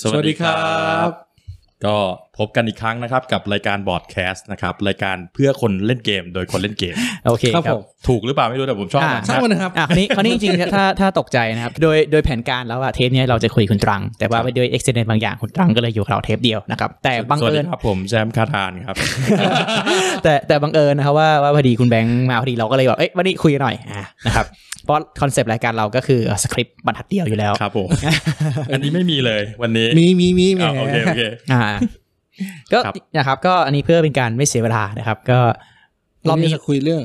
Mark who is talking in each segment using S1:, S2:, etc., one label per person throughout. S1: สวัสดีครับ ก็พบกันอีกครั้งนะครับ กับรายการบอร์ดแคสต์นะครับ รายการเพื่อคนเล่นเกมโดยคนเล่นเกม
S2: โอเคค
S3: ครั
S2: รั
S3: บบ ผม
S1: ถูกหรือเปล่าไม่รู้แต่ผมชอบ
S2: อ่า
S1: มัน
S3: ช่างมันนะครับ
S2: อ่ะคราวนี้คราวนี้จริงๆ ถ้าถ้าตกใจนะครับ โดยโดยแผนการแล้วอะเทปเนี้ยเราจะคุยคุณตรัง แต่ว่าด้วยเอ็กซิเดนบางอย่างคุณตรังก็เลยอยู่กับเราเทปเดียวนะครับ แต่บัง
S1: สวัส
S2: เอิ
S1: ดี
S2: ญ
S1: ครับผมแจมคาทานครับ
S2: แต่แต่บังเอิญนะครับว่าว่าพอดีคุณแบงค์มาพอดีเราก็เลยแบบเอ้ยวันนี้คุยกันหน่อยอ่ะนะครับเพราะคอนเซปต์รายการเราก็คือสคริปต์บรรทัดเดียวอยู่แล้ว
S1: ครับผม อันนี้ไม่มีเลยวันนี้
S3: มีมีมี
S1: อ้าวโอเคโอเค
S2: อ่าก็
S1: ครับ
S2: นะครับก็อันนี้เพื่อเป็นการไม่เสียเวลานะครับ ก็ร
S3: ร
S2: อ
S3: อ
S2: บบ
S3: นี้
S2: นี้
S3: จะคุยเรื่อง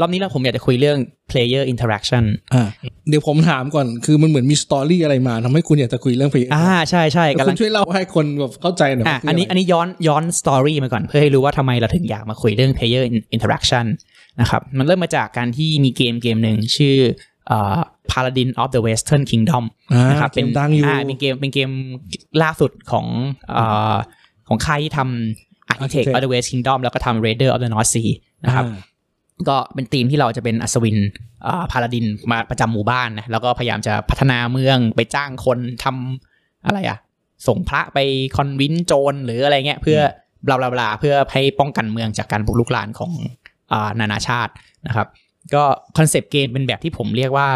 S2: รอบนี้เราผมอยากจะคุยเรื่อง player interaction
S3: อ่าเดี๋ยวผมถามก่อนคือมันเหมือนมีสตอรี่อะไรมาทำให้คุณอยากจะคุยเรื่องเพลง
S2: อ่าใช่ใช่
S3: แต่
S2: กำ
S3: คุ
S2: ลัง
S3: ณช่วยเล่าให้คนแบบเข้าใจหน่อย
S2: อ่ะ
S3: ว่า
S2: อันนี้
S3: คืะ
S2: อั
S3: ไร
S2: นนี้ย้อนย้อนสตอรี่มาก่อนเพื่อให้รู้ว่าทำไมเราถึงอยากมาคุยเรื่อง player in- interaction นะครับมันเริ่มมาจากการที่มีเกมเกมหนึ่งชื่อเอ่อ Paladin of the Western Kingdom
S3: อ่า
S2: นะครับ
S3: เป็นดังอยู่
S2: าเป็นเกมเป็นเกมล่าสุดของเอ่อของค่ายที่ทำ Architect of the West Kingdom แล้วก็ทำ Raider of the North Sea นะครับ
S3: อ่า
S2: ก็เป็นทีมที่เราจะเป็นอัศวินพาลาดินมาประจำหมู่บ้านนะแล้วก็พยายามจะพัฒนาเมืองไปจ้างคนทำอะไรอะส่งพระไปคอนวินโจรหรืออะไรเงี้ยเพื่ออบลาบลาบลาเพื่อให้ป้องกันเมืองจากการบุกรุกรานของอานานาชาตินะครับ ก็คอนเซปต์เกมเป็นแบบที่ผมเรียกว่า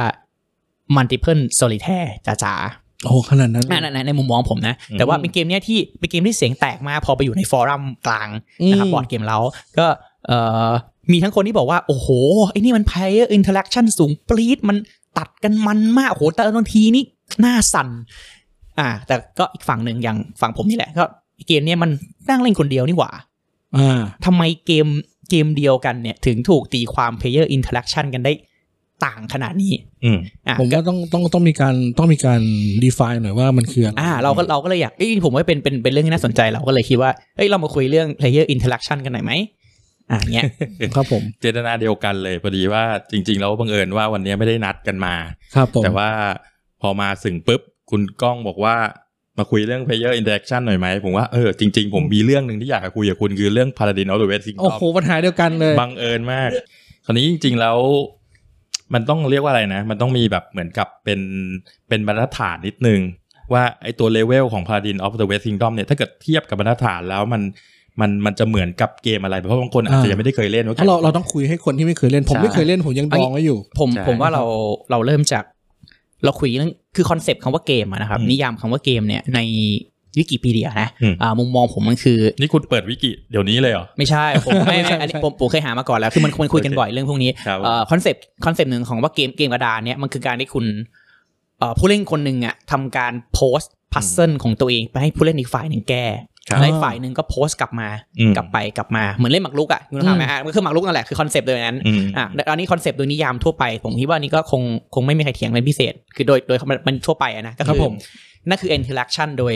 S2: multiple solitaire จ๋าๆ
S3: โอ้ขนาดนั้นเลย
S2: ในในในมุมมองผมนะ
S1: อืม
S2: แต่ว่าเป็นเกมเนี้ยที่เป็นเกมที่เสียงแตกมากพอไปอยู่ในฟอรัมกลาง
S3: อืม
S2: นะครับบอร์ดเกมเราก็เอ่อมีทั้งคนที่บอกว่า โอ้โห ไอ้นี่มัน player interaction สูงปรี๊ดมันตัดกันมันมาก โอ้โห แต่บางทีนี่หน้าสั่นอ่า แต่ก็อีกฝั่งหนึ่งอย่างฝั่งผมนี่แหละ ก็เกมเนี้ยมันนั่งเล่นคนเดียวนี่หว่า
S3: อ่า
S2: ทำไมเกมเกมเดียวกันเนี่ย ถึงถูกตีความ player interaction กันได้ต่างขนาดนี้
S1: อืม
S2: อ่ะ
S3: ผมว่าต้องต้องต้องมีการต้องมีการ define หน่อยว่ามันคืออะไร
S2: อ่าเราก็เราก็เลยอยากเอ้ยผมว่าเป็นเป็นเป็นเรื่องที่น่าสนใจเราก็เลยคิดว่าเอ้ยเรามาคุยเรื่อง player interaction กันหน่อยไหมอ่าเนี้ย
S3: ครับผม
S1: เจตนาเดียวกันเลยพอดีว่าจริง ๆ แล้วบังเอิญว่าวันนี้ไม่ได้นัดกันมา
S3: ครับผม
S1: แต่ว่าพอมาถึงปุ๊บ คุณก้องบอกว่ามาคุยเรื่อง player interaction หน่อยไหมผมว่าเออจริง ๆ ผมมีเรื่องหนึ่งที่อยากจะคุยกับคุณคือเรื่อง Paladin of the West
S3: โอ้
S1: Kingdom
S3: โหปัญหาเดียวกันเลย
S1: บังเอิญมาก คราวนี้จริง ๆ แล้ว มันต้องเรียกว่าอะไรนะ มันต้องมีแบบเหมือนกับเป็นเป็นบรรทัดฐานนิดนึง ว่าไอตัวเลเวลของ Paladin of the West Kingdom เนี่ยถ้าเกิดเทียบกับบรรทัดฐานแล้วมันมันมันจะเหมือนกับเกมอะไร เพราะบางคนอาจจะยังไม่ได้เคยเล่นว่า
S3: เพราะเราเราต้องคุยให้คนที่ไม่เคยเล่น ผม
S2: ใช่
S3: ไม่เคยเล่นผมยังดองไว้อยู่
S2: ผม
S1: ใช่
S2: ผมว่าเราเราเริ่มจากเราคุยเรื่องคือคอนเซปต์คำว่าเกมอะนะครับ นิยามคำว่าเกมเนี่ยในวิกิพีเดียนะอ่ามุมมองผมมันคือ
S1: นี่คุณเปิดวิกิเดี๋ยวนี้เลยเหรอ
S2: ไม่ใช่ผมไม่
S3: ไม่ใช่
S2: ไม่อันนี้
S3: ไม่ใช่
S2: ผมผมเคยหามาก่อนแล้ว คือมันมันคุยกัน
S1: โอเค
S2: บ่อยเรื่องพวกนี้
S1: ครับ
S2: เอ่อคอนเซปต์คอนเซปต์หนึ่งของว่าเกมเกมกระดานเนี่ยมันคือการที่คุณเอ่อผู้เล่นคนหนึ่งอ่ะทำการโพสต์พัซเซิลของตัวเองไปให้ผู้เล่นอีกฝ่ายหนึ่งแก้
S1: ครับ
S2: แล้วอีกฝ่ายหนึ่งก็โพสต์กลับมา
S1: อืม
S2: กลับไปกลับมาเหมือนเล่นหมากรุกอ่ะคุณเข้าใจไหมอ่ะมันคือหมากรุกนั่นแหละคือคอนเซปต์โดยนั้น
S1: อืม
S2: อ่ะแต่อันนี้คอนเซปต์โดยนิยามทั่วไป ผมคิดว่านี่ก็คงคงไม่มีใครเถียงเป็นพิเศษ คือโดยโดยมันมันทั่วไปอะนะก็
S3: ครับ
S2: คือ
S3: ผม
S2: นั่นคือ interaction โดย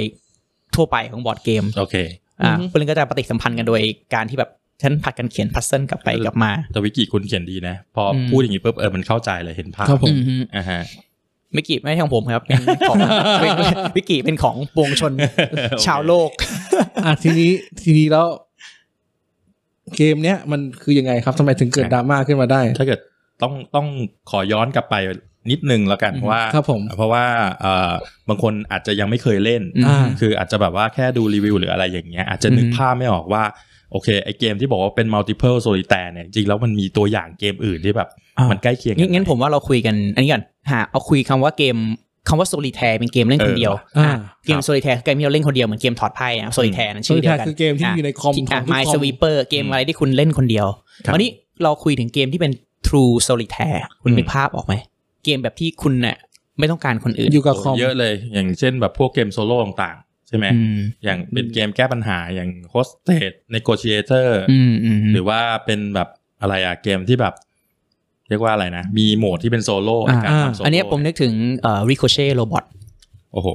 S2: ทั่วไปของบอร์ดเกม
S1: โอเค
S2: อ่า
S3: อือฮึ
S2: ผู้เล่นก็จะปฏิสัมพันธ์กันโดยการที่แบบฉันผลัดกันเขียนพัซเซิลกลับไปกลับมา
S1: แต่วิกิคุณเขียนดีนะ พออ
S2: ม
S1: พูดอย่างนี้ปุ๊บเออมันเข้าใจเลยเห็นภาพ
S3: ครับผม
S2: อือฮึ
S1: อ่าฮะ
S2: วิกิไม่ใช่ของผมครับ เป็นของ วิกิเป็นของปวงชนชาวโลก
S3: อ่ะทีนี้ทีนี้แล้ว เกมเนี้ยมันคือยังไงครับทำไมถึงเกิด
S1: ครับ
S3: ดราม่าขึ้นมาได้
S1: ถ้าเกิดต้องต้องขอย้อนกลับไปนิดนึงแล้วกัน
S2: อืม
S1: เพราะว่า
S3: ครับผม
S1: เพราะว่าเอ่อบางคนอาจจะยังไม่เคยเล่น
S2: อืม
S1: คืออาจจะแบบว่าแค่ดูรีวิวหรืออะไรอย่างเงี้ยอาจจะนึก
S2: อืม
S1: ภาพไม่ออกว่า โอเค ไอเกมที่บอกว่าเป็น multiple solitaire เนี่ยจริงๆแล้วมันมีตัวอย่างเกมอื่นที่แบบ มันใกล้เคียงกั
S2: งั้นงั้นผมว่าเราคุยกัน อันนี้ก่อนหาเอาคุยคำว่าเกมคำว่าโซลิแทร์เป็นเกมเล่นคนเดียว
S3: เอออ่ะ
S2: ะเกมโซลิแทร์เกมที่เราเล่นคนเดียวเหมือนเกมถอดไพ่นะโซลิแทร์นั่น
S3: โซ
S2: ชื่อ
S3: ลิ
S2: เดีย
S3: แทาว
S2: กัน
S3: คือเกมที่
S2: อ่ะ
S3: อยู่ในคอม
S2: อ่ะ
S3: ทุก
S2: My
S3: คอ
S2: Sweeper เกมอะไรที่คุณเล่นคนเดียว
S1: ครับ
S2: วันนี้เราคุยถึงเกมที่เป็น True Solitaire คุณนึกภาพออกไหมเกมแบบที่คุณเนี่ยไม่ต้องการคนอื่น
S3: อยู่กับคอม
S1: เยอะเลย อย่างเช่นแบบพวกเกมโซโล่ต่างๆ ใช่ไหม
S2: อืม
S1: อย่างเป็นเกมแก้ปัญหาอย่าง hostage negotiator
S2: อืมอืม
S1: หรือว่าเป็นแบบอะไรอะเกมที่แบบ เรียกว่าอะไรนะ มีโหมดที่เป็นโซโล่ในการ
S3: อ่า
S1: ทำโซโล่
S2: อั
S1: อั
S2: นเนี้ยผมนึกถึงเอ่อริโคเช่โรบอท
S1: โอ้โห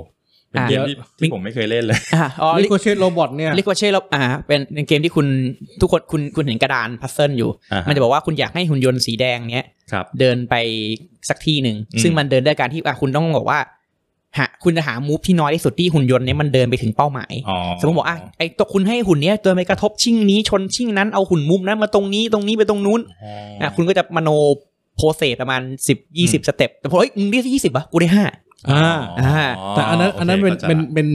S1: เป็นเกม
S2: อ่า
S1: ที่ที่ผมไม่เคยเล่นเลย
S2: อ่ะอ๋อ
S3: ลิโกเชตโรบอทเนี่ย
S2: ริโคเช่โรบอ่าเป็นเป็นเกมที่คุณทุกคนคุณคุณเห็นกระดานพัซเซิลอยู่
S1: อ่าฮะ
S2: มันจะบอกว่าคุณอยากให้หุ่นยนต์สีแดงเนี้ย
S1: ครับ
S2: เดินไปสักที่หนึ่ง
S1: อืม
S2: ซึ่งมันเดินด้วยการที่อ่ะคุณต้องบอกว่าหาคุณจะหามูฟที่น้อยที่สุดที่หุ่นยนต์เนี้ยมันเดินไปถึงเป้าหมาย
S1: อ๋อ
S2: สมมติบอกอ่ะไอตัวคุณให้หุ่นเนี้ยเดินไปกระทบชิ่งนี้ชนชิ่งนั้นเอาหุ่นมุมนั้นมาตรงนี้ตรงนี้ไปตรงนู้น
S1: อ๋ออ
S2: อ่ะคุณก็จะมโนโปรเซสประมาณสิบยี่สิบสเต็ปแต่พอเฮ้ยมึงได้ยี่สิบป่ะกูได้ห้า
S3: อ่า
S2: อ่า
S3: แต่อันนั้น
S1: โเค
S3: อันนั้นเป็น
S1: ข้าใจ
S3: เป็น
S1: ละ
S3: เป็น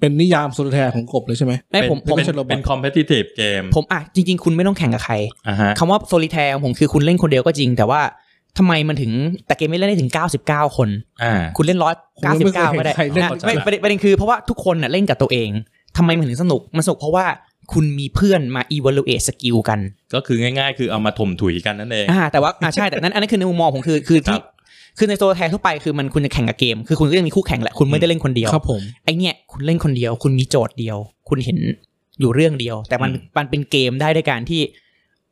S3: เป็นนิยามโซลิแทร์ของกบเลยใช่ไหม
S2: ไม่ผมผม
S1: เป็น
S3: เป็น Robot
S1: เป็นคอมเพ t ติ v e เกม
S2: ผมอ่ะจริง ๆ คุณไม่ต้องแข่งกับใคร
S1: อ่าฮะ
S2: คำว่าโซลิแทร์ผมคือคุณเล่นคนเดียวก็จริง แต่ว่าทำไมมันถึงแต่เกมไม่เล่นได้ถึง 99 คน
S1: อ่า
S2: คุณเล่นร้อย
S3: ผมยั
S2: เก้าง สิ
S3: ไม่
S2: บ
S3: เค
S2: เก้าย
S3: เห็น
S2: ก็ได้
S3: ใครเล่น
S2: นะ
S1: เข้าใจ
S2: ไม่ประเด็นประเด็นคือเพราะว่าทุกคนน่ะเล่นกับตัวเองทำไมมันถึงสนุก มันสนุกเพราะว่าคุณมีเพื่อนมา evaluate skill กัน
S1: ก็คือง่ายๆ คือเอามาถมถุยกันนั่นเอง
S2: อ่าแต่ว่าอ่าใช่แต่นั้นอันนั้นคือในมุมมองผมคือคือที่
S1: ครับ
S2: คือในโซลแทนทั่วไปคือมันคุณจะแข่งกับเกม คือคุณก็จะมีคู่แข่งแหละคุณไม่ได้เล่นคนเดียว
S3: ครับผม
S2: ไอเนี่ยคุณเล่นคนเดียว คุณมีโจทย์เดียว คุณเห็นอยู่เรื่องเดียว แต่มัน
S1: อืม
S2: มันเป็นเกมได้ด้วยการที่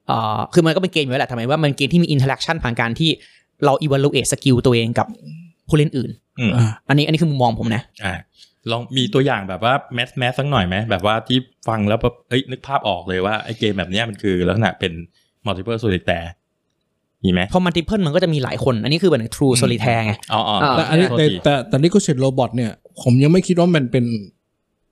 S2: เอ่อคือมันก็เป็นเกมอยู่แล้วแหละทำไมว่ามันเกมที่มีอินเทอร์แอคชั่นผ่านการที่เรา evaluate skill ตัวเองกับผู้เล่นอื่น
S1: อืม
S3: อ่า
S2: อันนี้อันนี้คือมุมมองผมนะ
S1: อ่าลองมีตัวอย่างแบบว่าแมสแมสสักหน่อยไหมแบบว่าที่ฟังแล้วแบบเอ้ยนึกภาพออกเลยว่าไอ้เกมแบบเนี้ยมันคือลักษณะเป็น multiple solitaire มีไหม
S2: พอมันติเพิลมันก็จะมีหลายคน อันนี้คือแบบ true solitaire ไง
S1: อ๋ออ๋อ
S2: แต่
S3: แต่อันนี้
S1: โทษ
S3: แต่
S1: ที
S3: แต่แต่นี่ก็เช็ดโรบอทเนี่ย ผมยังไม่คิดว่ามันเป็น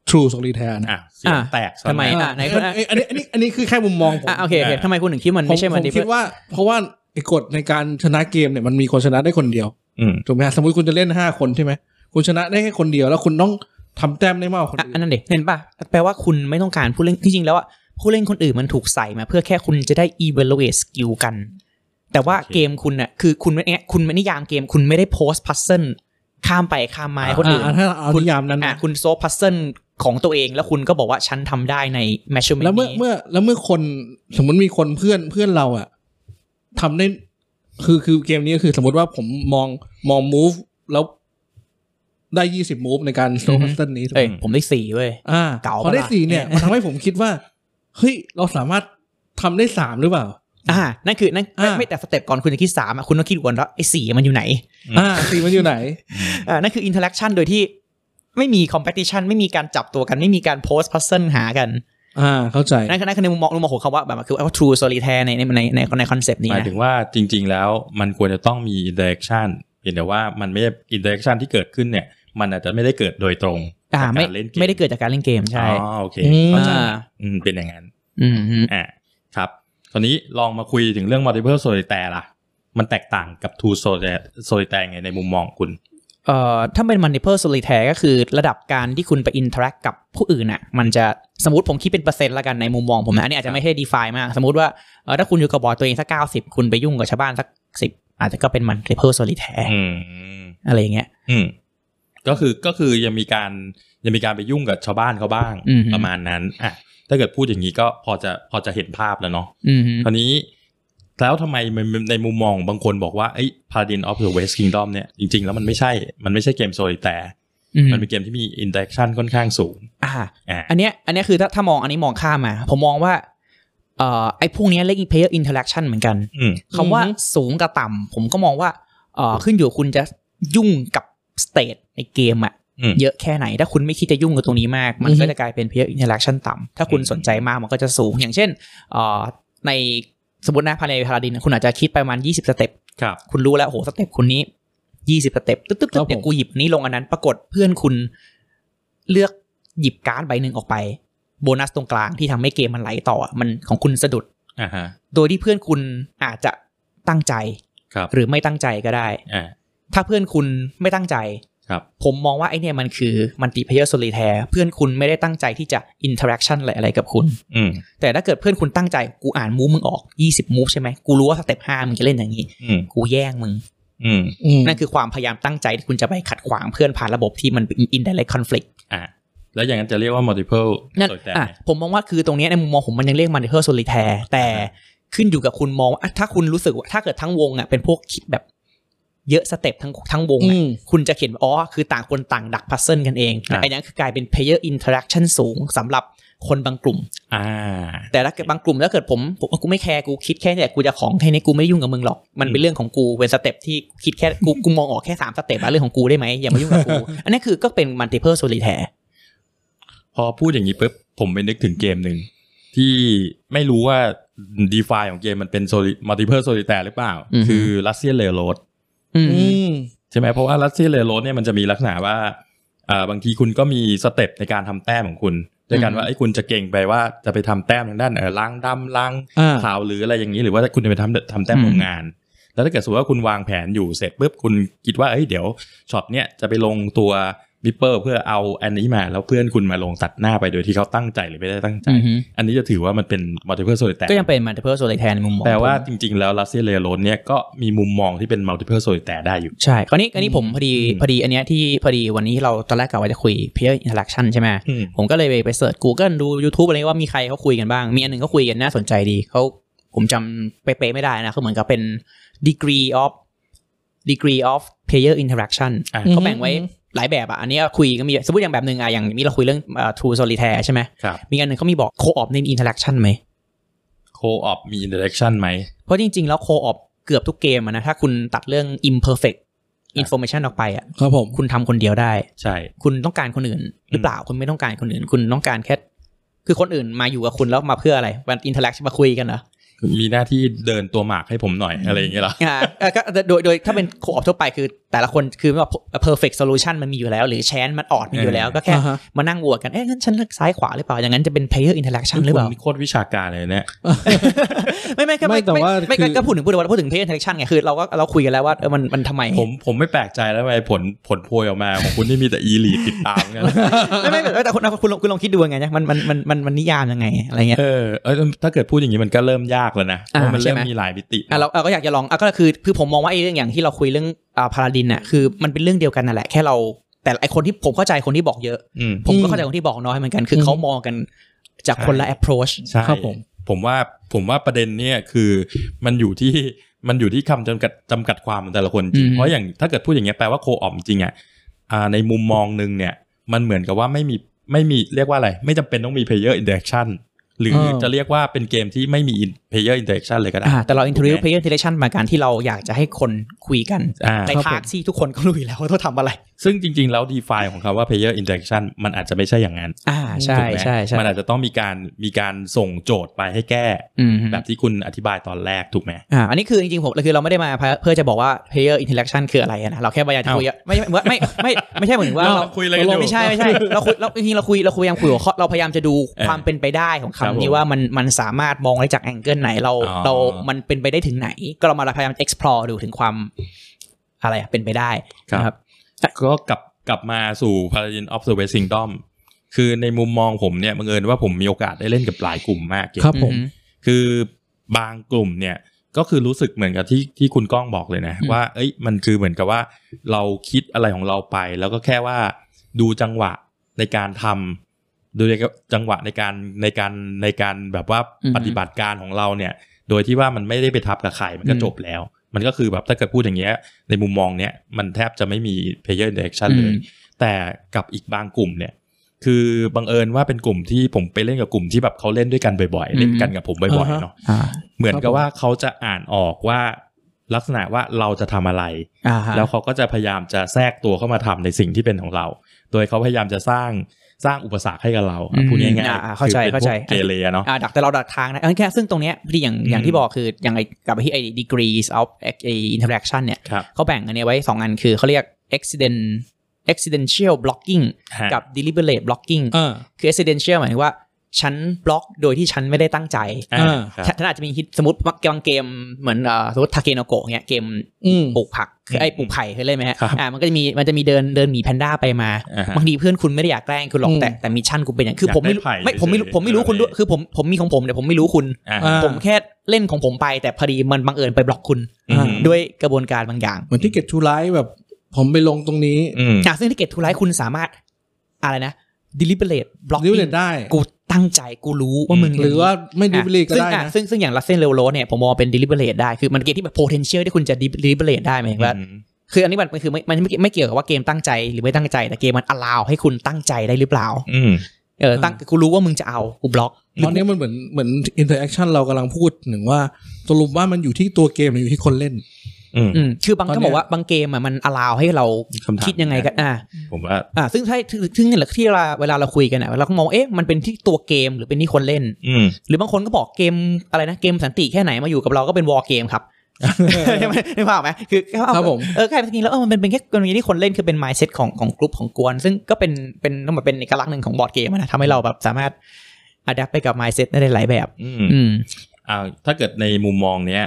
S3: True Solitaire นะ
S1: อ่ะเสียงแตกซะ
S2: ทำไม
S1: แล้ว
S2: อ่ะหนคนอ่ะ
S3: เยอันนี้อันนี้อันนี้คือแค่มุมมองผม
S2: อ่ะโอเคโอเค
S1: อ่ะ
S2: ทำไมคุณถึงคิดมัน
S3: ผม
S2: ไม่ใช่
S3: ผ
S2: มัน
S3: ม
S2: ติ
S3: คิ
S2: เพิล
S3: ดว่า เพราะว่าไอ้กฎในการชนะเกมเนี่ยมันมีคนชนะได้คนเดียว
S1: อืม
S3: ถูกไหมฮะสมมติคุณจะเล่นห้าคนใช่ไหมคุณชนะได้แค่คนเดียวแล้วคุณต้องทำแต้มได้มากกว่าคนอื่
S2: อัน
S3: น
S2: นั้นเด็เห็นป่ะ แปลว่าคุณไม่ต้องการผู้เล่นที่จริงแล้วอ่ะผู้เล่นคนอื่นมันถูกใส่มา เพื่อแค่คุณจะได้ evaluate skill กัน แต่ว่าเกมคุณน่ะคือคุณเนี่ยคุณไม่นิยามเกมคุณไม่ได้โพสต์พัซเซิลข้ามไปข้ามมาให้คนอื่น
S3: อ่ะถ้าเอานิยามนั้น
S2: อ่ะ
S3: นะ
S2: คุณโซฟพัซเซิลของตัวเอง แล้วคุณก็บอกว่าฉันทำได้ใน measurement
S3: แล้วเมื่อ
S2: นี้
S3: เมื่อแล้วเมื่อคนสมมติมีคนเพื่อนเพื่อนเราอะทำได้คือคือเกมนี้ก็คือสมมติว่าผมมองมอง move แล้วได้ยี่สิบ move ในการโซ
S2: อือฮึ
S3: พัสเซนนี้ถูกไหม
S2: เอ้ยผมได้สี่เว้ย
S3: อ่า
S2: เก่า
S3: พอได้
S2: ปะล่ะ
S3: สี่เนี่ย
S2: เนี่ย
S3: มันทำให้ผมคิดว่า เฮ้ย เราสามารถทำได้สามหรือเปล่า
S2: อ่านั่นคือนั่นไม่
S3: อ่า
S2: ไม่แต่สเต็ปก่อนคุณจะคิดสามอ่ะคุณต้องคิดวนแล้วไอ้สี่มันอยู่ไหน
S3: อ่าสี่มันอยู่ไหน
S2: อ่านั่นคืออินเทอร์แอคชั่นโดยที่ไม่มีคอมเพติชันไม่มีการจับตัวกัน ไม่มีการโพสต์พัซเซิลหากัน
S3: อ่า เข้าใจ
S2: นั่นคือนั่นคือในมุมมองมุมมองของเขาว่าแบบคือว่า true solitaire ในในในในในคอนเซปต์นี้
S1: หมาย
S2: นะ
S1: ถึงว่าจริง ๆ แล้วมันควรจะต้องมีอินเตอร์แอคชั่นเพียงแต่ว่ามันไม่อินเตอร์แอคชั่นที่เกิดขึ้นเนี่ย มันอาจจะไม่ได้เกิดโดยตรง
S2: อ่า
S1: จาก
S2: ไม่
S1: การเล่นเกม
S2: ไม่ได้เกิดจากการเล่นเกม
S1: อ๋
S2: ใช่
S1: อโอเค
S3: อืม
S1: เข้าใจ
S2: อ่า
S1: อืมเป็นอย่างนั้น
S2: อืม
S1: อ่าครับตอนนี้ลองมาคุยถึงเรื่อง multiple solitaire ล่ะ มันแตกต่างกับ two solitaire solitaire ไงในมุมมองคุณ
S2: เอ่อถ้าเป็น multiple solitaire ก็คือระดับการที่คุณไปอินเทอร์แอคกับผู้อื่นอ่ะมันจะสมมติผมคิดเป็นเปอร์เซ็นต์ละกันในมุมมองผมนะอันนี้อาจจะไม่ได้ define มาก สมมติว่าเอ่อถ้าคุณอยู่กับบอร์ดตัวเองสัก90 คุณไปยุ่งกับชาวบ้านสัก10อาจจะก็เป็น multiple solitaire
S1: อืม
S2: อะไรอย่างเงี้ย
S1: อืมก็คือก็คือยังมีการยังมีการไปยุ่งกับชาวบ้านเขาบ้าง
S2: อืม
S1: ประมาณนั้นอ่ะถ้าเกิดพูดอย่างนี้ก็พอจะพอจะเห็นภาพแล้วเนาะ
S2: อืม
S1: คราวนี้แล้วทำไมมันในมุมมองของบางคนบอกว่าไอ้ Paladin of the West Kingdom เนี่ย จริง ๆ แล้วมันไม่ใช่ มันไม่ใช่เกมโซลิแต่
S2: อืม
S1: มันเป็นเกมที่มีอินเตอร์แอคชั่นค่อนข้างสูง
S2: อ่า
S1: อ่า
S2: อันเนี้ย อันเนี้ยคือถ้าถ้ามองอันนี้มองข้ามมา ผมมองว่า เอ่อ ไอ้พวกเนี้ยเรียก player interaction เหมือนกัน
S1: อืม
S2: คำว่า
S3: อือฮึ
S2: สูงกับต่ำผมก็มองว่า เอ่อ ขึ้นอยู่คุณจะยุ่งกับสเตทในเกมอะ
S1: อืม
S2: เยอะแค่ไหน ถ้าคุณไม่คิดจะยุ่งกับตรงนี้มาก มันก็จะกลายเป็น player interaction ต่ำถ้าคุณสนใจมากมันก็จะสูง อย่างเช่น เอ่อ ในสมมตินะภายในพาราดิน คุณอาจจะคิดไปประมาณ 20 สเต็ป
S1: ครับ
S2: คุณรู้แล้วโหสเต็ปคุณนี้ยี่สิบสเต็ปตึ๊บตึ๊บ
S3: ครั
S2: ตึ๊
S3: บบ ผม
S2: เนี่ยกูหยิบนี้ลงอันนั้น ปรากฏเพื่อนคุณเลือกหยิบการ์ดใบหนึ่งออกไป โบนัสตรงกลางที่ทำให้เกมมันไหลต่ออ่ะมันของคุณสะดุด
S1: อ่าฮะ
S2: โดยที่เพื่อนคุณอาจจะตั้งใจ
S1: ครับ
S2: หรือไม่ตั้งใจก็ได้
S1: อ่า
S2: ถ้าเพื่อนคุณไม่ตั้งใจ
S1: ครับ
S2: ผมมองว่าไอเนี่ยมันคือมันติเพเยอร์โซลิแทร์เพื่อนคุณไม่ได้ตั้งใจที่จะอินเทอร์แอคชั่นอะไรอะไรกับคุณ
S1: อืม
S2: แต่ถ้าเกิดเพื่อนคุณตั้งใจกูอ่านมูฟมึงออก20มูฟใช่ไหมกูรู้ว่าสเต็ปห้ามึงจะเล่นอย่างนี้
S1: อืม
S2: กูแย่งมึง
S1: อืม
S3: อืม
S2: นั่นคือความพยายามตั้งใจที่คุณจะไปขัดขวางเพื่อนผ่านระบบที่มัน indirect conflict
S1: อ่า แล้วอย่างนั้นจะเรียกว่า multiple
S2: นั่น
S1: solitaire
S2: อ่ะ
S1: ไหม
S2: ผมมองว่าคือตรงเนี้ยในมุมมองผมมันยังเรียก multiple solitaire แต่ขึ้นอยู่กับคุณมองว่าอ่ะถ้าคุณรู้สึกว่าถ้าเกิดทั้งวงอ่ะเป็นพวกคิดแบบเยอะสเต็ปทั้งทั้งวง
S3: อื
S2: อ่ะ
S3: ม
S2: คุณจะเห็นว่าอ๋อ คือต่างคนต่างดักพัซเซิลกันเองแต่อันนั้นคือกลายเป็น player interaction สูงสำหรับคนบางกลุ่ม
S1: อ่า
S2: แต่ถ้าเกิดบางกลุ่มถ้าเกิดผมผมกูไม่แคร์กูคิดแค่เนี่ยกูจะของแค่นี้กูไม่ยุ่งกับมึงหรอกมันเป็นเรื่องของกูเป็นสเต็ปที่คิดแค่กูกูมองออกแค่สามสเต็ปอะเรื่องของกูได้ไหมอย่ามายุ่งกับกู อันนี้คือก็เป็นมัลติเพ l ร์โซลิแทร์
S1: พอพูดอย่างนี้ปุ๊บ ผมไปนึกถึงเกมหนึ่ง ที่ไม่รู้ว่า DeFi ของเกมมันเป็น soli- multiple solitaire หรือเปล่า คือ Russian Railroad
S2: อืม
S3: อืม
S1: ใช่ไหมเพราะว่ารัสเซียเรโรดเนี่ยมันจะมีลักษณะว่าอ่าบางทีคุณก็มีสเต็ปในการทำแต้มของคุณด้วยกันว่าไอ้ยคุณจะเก่งไปว่าจะไปทำแต้มทางด้านเออล้างดำล้าง
S3: อ่า
S1: ขาวหรืออะไรอย่างนี้หรือว่าคุณจะไปทำทำแต้มโรงงาน แล้วถ้าเกิดสมมติว่าคุณวางแผนอยู่เสร็จปุ๊บคุณคิดว่าเอ้ยเดี๋ยวช็อตเนี้ยจะไปลงตัว บิปเปอร์เพื่อเอาอันนี้มาแล้วเพื่อนคุณมาลงตัดหน้าไปโดยที่เขาตั้งใจหรือไม่ได้ตั้งใจ
S2: อือฮึ
S1: อันนี้จะถือว่ามันเป็นมัลติเพิลโซลิแต
S2: ก็ยังเป็นมัลติเพิลโซลิแทนมุมมอง
S1: แต่ว่า
S2: ผม
S1: จริงๆแล้วรัสเซียเลโลนเนี่ยก็มีมุมมองที่เป็นมัลติเพิลโซลิแตได้อยู่
S2: ใช่คราวนี้คราวนี้ผมพอดี
S1: อืม
S2: พอดีอันเนี้ยที่พอดีวันนี้เราตอนแรกกะว่าจะคุย peer interaction ใช่ไหม
S1: อืม
S2: ผมก็เลยไปไปเสิร์ช Google ดู YouTube อะไรว่ามีใครเขาคุยกันบ้าง มีอันหนึ่งเขาคุยกันน่าสนใจดี เขาผมจำเป๊ะๆไม่ได้นะเขาเหมือนกับเป็น degree of degree of player interaction
S1: อ่า
S2: เขาแบ่งไว้หลายแบบอ่ะ อันนี้คุยก็มีสมมติอย่างแบบหนึ่งอ่ะอย่างมีเราคุยเรื่องอ่า true solitaire ใช่ไหม
S1: ครับ
S2: มีอันหนึ่งเขามีบอก co-op ใน interaction ไหม
S1: โคออฟมีอินเตอร์แอคชั่นไหม
S2: เพราะจริง ๆ แล้ว co-op เกือบทุกเกมอะนะถ้าคุณตัดเรื่อง imperfect information ออกไปอ่ะ
S3: ครับผม
S2: คุณทำคนเดียวได้
S1: ใช่
S2: คุณต้องการคนอื่น หรือเปล่าคุณไม่ต้องการคนอื่น คุณต้องการแค่คือคนอื่นมาอยู่กับคุณแล้วมาเพื่ออะไรมันอินเทอร์แอคมาคุยกันเหรอ
S1: มีหน้าที่เดินตัวหมากให้ผมหน่อยอะไรอย่างเงี้ยเหรอ
S2: อ่าเอ่ อก็โดยโดยถ้าเป็นโคออฟทั่วไปคือ แต่ละคนคือว่า perfect solution มันมีอยู่แล้ว หรือแชนมันออดมีอยู่แล้ว ก็แค่
S3: อ่าฮะ
S2: มานั่งบวกกันเอ๊ะงั้นฉันเลือกซ้ายขวาหรือเปล่าอย่างนั้นจะเป็น player interaction หรือเปล่า
S1: คุณโคตรวิชาการเลยเนี่ย
S2: ไม่ไม่ก็
S3: ไม่
S2: ไม่
S3: แต่ว่า
S2: ไม่
S3: คื
S2: ไม่
S3: อ
S2: ก็พูดถึงพูดถึงว่าพูดถึง player interaction ไงคือเราก็เราคุยกันแล้วว่าเออมันมันทำไม
S1: ผมผมไม่แปลกใจแล้วทำไมผลผลโพยออกมา ของคุณที่มีแต่อีลีติดตามกัน
S2: ไม่ไม่แต่แต่คุณคุณลองคุณลองคิดดูไงนะมันมันมันมันมันนิยามยังไงอะไรเงี้ย
S1: เออเอยถ้าเกิดพูดอย่างนี้มันก็เริ่มยากแล้วนะเพ
S2: อ่า
S1: ราะมัน
S2: ใช่
S1: เริ่ม
S2: ไหม
S1: มีหลายมิติ
S2: อ่ะเราเราก็อยากจะลองอ่ะก็คือคือผมมองว่าไอ้เรื่องอย่างที่เราคุยเรื่องอ่าพาราดินน่ะคือมันเป็นเรื่องเดียวกันนั่นแหละแค่เรา แต่ไอคนที่ผมเข้าใจคนที่บอกเยอะ
S1: อืม
S2: ผม
S3: อื
S2: ก็
S3: ม
S2: เข้าใจคนที่บอกน้อยเหมือนกัน คือ
S3: ม
S2: เขามองกันจากคนละ
S1: ใช่
S2: approach
S1: ใช่
S3: ครับผม
S1: ผมว่าผมว่าประเด็นเนี่ยคือมันอยู่ที่มันอยู่ที่คำจำกัดจำกัดความของแต่ละคนจริง
S2: อืม
S1: เพราะอย่างถ้าเกิดพูดอย่างเงี้ยแปลว่าโคออมจริงอ่ะอ่าในมุมมองหนึงเนี่ย มันเหมือนกับว่าไม่มีไม่มีเรียกว่าอะไร ไม่จำเป็นต้องมี player interaction หรือ
S3: เออ
S1: จะเรียกว่าเป็นเกมที่ไม่มี player interaction เลยก็ได้
S2: อ่าแต่เรา introduce player interaction มาการที่เราอยากจะให้คนคุยกัน
S1: อ่า
S2: ใน
S3: ครับผม
S2: พาร์ทที่ทุกคนก็รู้อยู่แล้วว่าต้องทำอะไร
S1: ซึ่งจริง ๆ แล้ว define ของคำว่า player interaction มันอาจจะไม่ใช่อย่างนั้น
S2: อ่าใช่
S1: ถูกไหม
S2: ใช่ใช่
S1: มันอาจจะต้องมีการมีการส่งโจทย์ไปให้แก้
S2: อืม
S1: แบบที่คุณอธิบายตอนแรกถูกไหม
S2: อ่าอันนี้คือจริงๆผมคือเราไม่ได้มาเพื่อจะบอกว่า player interaction คืออะไรอะนะเราแค่พยายามจะคุยอะไม่ไม่ไม่ไม่ไม่ใช่เหมือนว่าเรา
S1: คุยอะไรกันอยู่
S2: ไม่ใช่ไม่ใช่ เราคุยเราจริงๆเราคุยเราคุยพยายามคุยหัวข้อเราพยายามจะดู
S1: เออ
S2: ความเป็นไปได้ของ
S1: ครับ
S2: คำนี้
S1: ผม
S2: ว่ามันมันสามารถมองได้จากแองเกิลไหนเรา
S1: อ๋อ
S2: เรา มันเป็นไปได้ถึงไหน ก็เรามาพยายาม explore ดูถึงความอะไรอะเป็นไปได้นะ
S1: ก็กลับกลับมาสู่ Paladin of the West Kingdom คือในมุมมองผมเนี่ยบังเอิญว่าผมมีโอกาสได้เล่นกับหลายกลุ่มมากเกี่ยว
S3: ครับผม
S1: คือบางกลุ่มเนี่ยก็คือรู้สึกเหมือนกับที่ที่คุณก้องบอกเลยนะ
S2: อืม
S1: ว่า เอ้ยมันคือเหมือนกับว่า เราคิดอะไรของเราไป แล้วก็แค่ว่าดูจังหวะในการทำดูจังหวะในการในการในการแบบว่าปฏิบัติการของเราเนี่ย โดยที่ว่ามันไม่ได้ไปทับกับใครมันก็จบแล้ว มันก็คือแบบถ้าเกิดพูดอย่างเงี้ยในมุมมองเนี้ยมันแทบจะไม่มี player interaction เลย
S2: อืม
S1: แต่กับอีกบางกลุ่มเนี่ย คือบังเอิญว่าเป็นกลุ่มที่ผมไปเล่นกับกลุ่มที่แบบเขาเล่นด้วยกันบ่อยๆ เล่นกันกับผมบ่อย
S3: อ่า
S1: ๆ
S3: ฮะ
S1: เนาะ
S2: อ่า
S1: เหมือนกับว่าเขาจะอ่านออกว่าลักษณะว่าเราจะทำอะไร
S2: อ่าฮะ
S1: แล้วเขาก็จะพยายามจะแทรกตัวเข้ามาทำในสิ่งที่เป็นของเรา โดยเขาพยายามจะสร้างสร้างอุปสรรคให้กับเราอ่ะพูดง่าย
S2: อ่
S1: ๆ
S2: เข้าใจ
S1: คือป็น
S2: เข้าใจ
S1: พวกเกเรอะเนาะ
S2: อ่าดักแต่เราดักทางนะเออแค่ซึ่งตรงเนี้ยที่อย่างอย่าง
S1: อืม
S2: ที่บอกคืออย่างไอกลับไปที่ไอ้ degrees of ไอ้ interaction เนี่ย
S1: ครับ
S2: เขาแบ่งอันเนี้ยไว้สองอันคือเขาเรียก accident accidental blocking
S1: ฮะ
S2: กับ deliberate blocking
S3: อ่า
S2: คือ accidental หมายถึงว่า ฉันบล็อกโดยที่ฉันไม่ได้ตั้งใจ
S1: อ่าครับ
S2: ฉันฉันอาจจะมีฮิตสมมติบางเกมเหมือนเอ่อสมมติทาเกโนโกะเนี้ยเกม
S3: อืม
S2: ปลูกผัก
S1: อืม
S2: ไอ้ยปลูกไผ่เคยเล่นไหมฮะ
S1: ครับ
S2: อ่ามันก็จะมีมันจะมีเดินเดินหมีแพนด้าไปมา
S1: อ่าฮะ
S2: บางทีเพื่อนคุณไม่ได้อยากแกล้งคุณหรอก
S3: อืม
S2: แต่แต่มิชชั่นคุณเป็นอย่างคืออย
S1: าก
S2: ผมไม่รู้
S1: ได้ไผ่
S2: ไม่ผมไม่รู้
S1: เฉยๆ
S2: ผมไม่รู้คุณด้วย
S1: เออ
S2: คือผมผมมีของผมแต่ผมไม่รู้คุณ
S1: อ่า
S3: อ่า
S2: ผมแค่เล่นของผมไป แต่พอดีมันบังเอิญไปบล็อกคุณ
S1: อืม
S2: ด้วยกระบวนการบางอย่าง
S3: เหมือนที่เก็ตทูไลท์แบบ ผมไปลงตรงนี้
S1: อืม
S2: อ่ะซึ่งที่เกตทูไลท์คุณสามารถอะไรนะ deliberate
S3: ดิว
S2: blocking
S3: เลตได้
S2: กูตั้งใจกูรู้ว่ามึง
S3: หรือว่าไม่ดิวเลตก็
S2: ซึ่ง
S3: ได้
S2: อ่ะ
S3: นะ
S2: ซึ่งซึ่งอย่างลัสเซนเรลโรสเนี่ยผมมองว่าเป็น deliberate ได้คือมันเกมที่แบบ potential ที่คุณจะ deliberate ได้หมายถึงว่าคืออันนี้มันมันคือไม่มันไม่ไม่เกี่ยวกับว่าเกมตั้งใจหรือไม่ตั้งใจแต่เกมมัน allow ให้คุณตั้งใจได้หรือเปล่า
S1: อืม
S2: เออตั้งกูรู้ว่ามึงจะเอากูบล็อก
S3: ตอนนี้มันเหมือนเหมือนอินเตอร์แอคชั่นเรากำลังพูดถึงว่าสรุปว่ามันอยู่ที่ตัวเกมหรืออยู่ที่คนเล่น
S1: อืม
S2: อืมคือบาง
S3: ตอน
S2: ก็
S3: เนี้ย
S2: บอกว่าบางเกมอ่ะมัน allow ให้เรา
S1: คำถาม
S2: คิดยังไงกันอ่า
S1: ผมว่า
S2: อ่าซึ่งใช่ซึ่งซึ่งเนี่ยแหละที่เวลาเวลาเราคุยกันอ่ะเราก็มองเอ๊ะมันเป็นที่ตัวเกมหรือเป็นที่คนเล่น
S1: อืม
S2: หรือบางคนก็บอกเกมอะไรนะเกมสันติแค่ไหนมาอยู่กับเราก็เป็นวอเกมครับ ใช่ ไหมนึกภาพไหมคือเอา
S3: ครับผม
S2: เออแค่จริงๆแล้วเออมันเป็นเป็นแค่กรณีที่คนเล่นคือเป็น mindset ของของกลุ่มของกวน ซึ่งก็เป็นเป็นต้องบอกเป็นเอกลักษณ์หนึ่งของบอร์ดเกมอะนะทำให้เราแบบสามารถอัดแอปไปกับ mindset ได้หลายแบบ
S1: อืม
S2: อืม
S1: อ่าถ้าเกิดในมุมมองเนี้ย